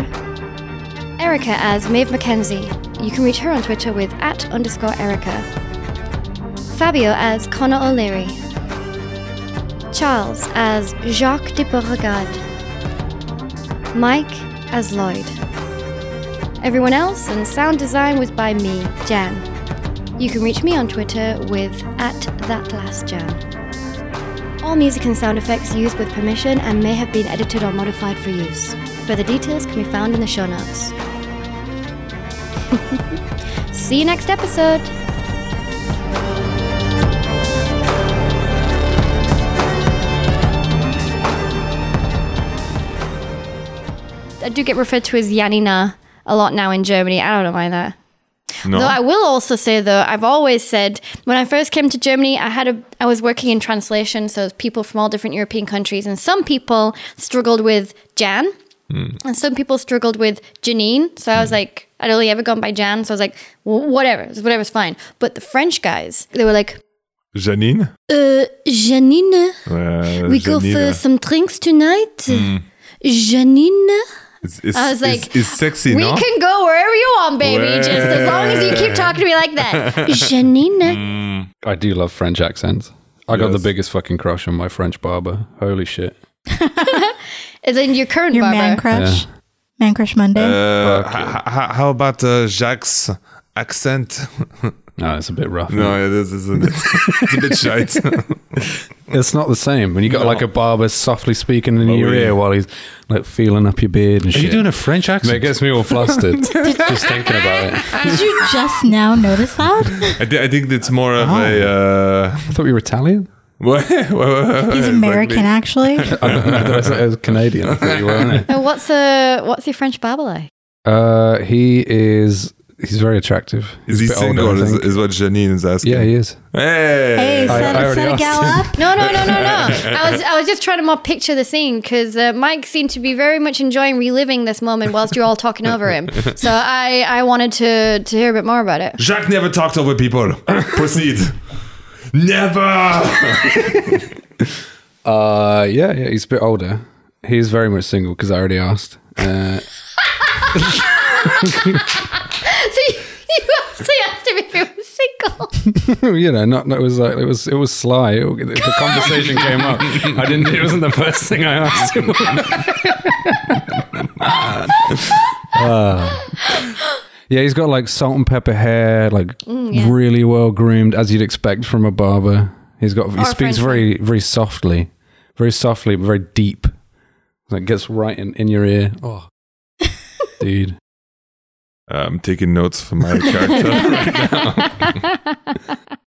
[SPEAKER 3] Erica as Maeve McKenzie. You can reach her on Twitter with at underscore Erica. Fabio as Connor O'Leary. Charles as Jacques de Beauregard, Mike as Lloyd. Everyone else and sound design was by me, Jan. You can reach me on Twitter with at thatlastjan. All music and sound effects used with permission and may have been edited or modified for use. Further details can be found in the show notes. [LAUGHS] See you next episode! I do get referred to as Janina a lot now in Germany. I don't know why that.
[SPEAKER 2] No.
[SPEAKER 3] Though I will also say though, I've always said when I first came to Germany, I had a I was working in translation, so it was people from all different European countries, and some people struggled with Jan,
[SPEAKER 2] Hmm.
[SPEAKER 3] and some people struggled with Janine. So I was like, I'd only ever gone by Jan, so I was like, "Wh- whatever, whatever's fine. But the French guys, they were like,
[SPEAKER 2] Janine?
[SPEAKER 3] uh, Janine,
[SPEAKER 2] Uh,
[SPEAKER 3] we go for
[SPEAKER 2] Janina.
[SPEAKER 3] some drinks tonight, Janine.
[SPEAKER 2] Hmm. It's, it's,
[SPEAKER 3] I was like,
[SPEAKER 2] it's, it's sexy,
[SPEAKER 3] We
[SPEAKER 2] no?
[SPEAKER 3] can go wherever you want, baby. Just as long as you keep talking to me like that. Janina.
[SPEAKER 1] I do love French accents. I got the
[SPEAKER 2] Yes.
[SPEAKER 1] biggest fucking crush on my French barber. Holy shit.
[SPEAKER 3] And then your current
[SPEAKER 5] Your
[SPEAKER 3] barber.
[SPEAKER 5] man crush.
[SPEAKER 1] Yeah.
[SPEAKER 5] Man crush Monday.
[SPEAKER 2] Uh, h- h- how about uh, Jacques' accent?
[SPEAKER 1] No, it's a bit rough.
[SPEAKER 2] no, it is, isn't it? [LAUGHS] it's a bit [LAUGHS] shite.
[SPEAKER 1] It's not the same when you got
[SPEAKER 2] No.
[SPEAKER 1] like a barber softly speaking in
[SPEAKER 2] Oh,
[SPEAKER 1] your
[SPEAKER 2] yeah.
[SPEAKER 1] ear while he's like feeling up your beard and
[SPEAKER 4] Are
[SPEAKER 1] shit.
[SPEAKER 4] you doing a French
[SPEAKER 1] it
[SPEAKER 4] accent?
[SPEAKER 1] gets me all
[SPEAKER 2] [LAUGHS]
[SPEAKER 1] flustered just thinking about it.
[SPEAKER 5] Did you just now notice
[SPEAKER 1] [LAUGHS]
[SPEAKER 5] that?
[SPEAKER 2] I, thi- I think it's more of a. Uh, [LAUGHS]
[SPEAKER 1] I thought you were Italian.
[SPEAKER 2] what?
[SPEAKER 5] He's American,
[SPEAKER 1] [LAUGHS]
[SPEAKER 5] actually.
[SPEAKER 1] I don't know. I thought it was Canadian. I thought you were, wasn't it?
[SPEAKER 3] Uh, what's uh what's your French barber like?
[SPEAKER 1] Uh, he is he's very attractive.
[SPEAKER 2] Is
[SPEAKER 1] He's a
[SPEAKER 2] he
[SPEAKER 1] bit
[SPEAKER 2] single?
[SPEAKER 1] older, I
[SPEAKER 2] is,
[SPEAKER 1] think.
[SPEAKER 2] is what Janine is asking.
[SPEAKER 1] yeah, he is.
[SPEAKER 5] Hey,
[SPEAKER 2] Hey.
[SPEAKER 1] I-
[SPEAKER 5] set,
[SPEAKER 1] I
[SPEAKER 5] a
[SPEAKER 1] already
[SPEAKER 5] set a
[SPEAKER 1] asked
[SPEAKER 5] gal
[SPEAKER 1] him.
[SPEAKER 5] up.
[SPEAKER 3] No, no, no, no, no. I was, I was just trying to more picture the scene because uh, Mike seemed to be very much enjoying reliving this moment whilst you're all talking over him. So I, I wanted to, to hear a bit more about it. [LAUGHS]
[SPEAKER 2] Jacques never talked over [LAUGHS] people. Proceed. Never.
[SPEAKER 1] Uh, yeah, yeah, he's a bit older. He is very much single because I already asked. Uh,
[SPEAKER 3] So you, [LAUGHS] you actually asked him if he was single.
[SPEAKER 1] Hmm, you know, not, not it was like it was it was sly. It- the conversation came up. I didn't. It wasn't the first thing I asked him. [LAUGHS] Uh, yeah, he's got like salt and pepper hair, like
[SPEAKER 3] Mm, yeah.
[SPEAKER 1] really well groomed, as you'd expect from a barber. He's got. He
[SPEAKER 3] Or a
[SPEAKER 1] speaks
[SPEAKER 3] Frenchman.
[SPEAKER 1] very very softly, very softly, but very deep. Like gets right in, in your ear.
[SPEAKER 3] [LAUGHS]
[SPEAKER 1] Oh, dude.
[SPEAKER 2] [LAUGHS]
[SPEAKER 1] [LAUGHS]
[SPEAKER 2] I'm taking notes for my character.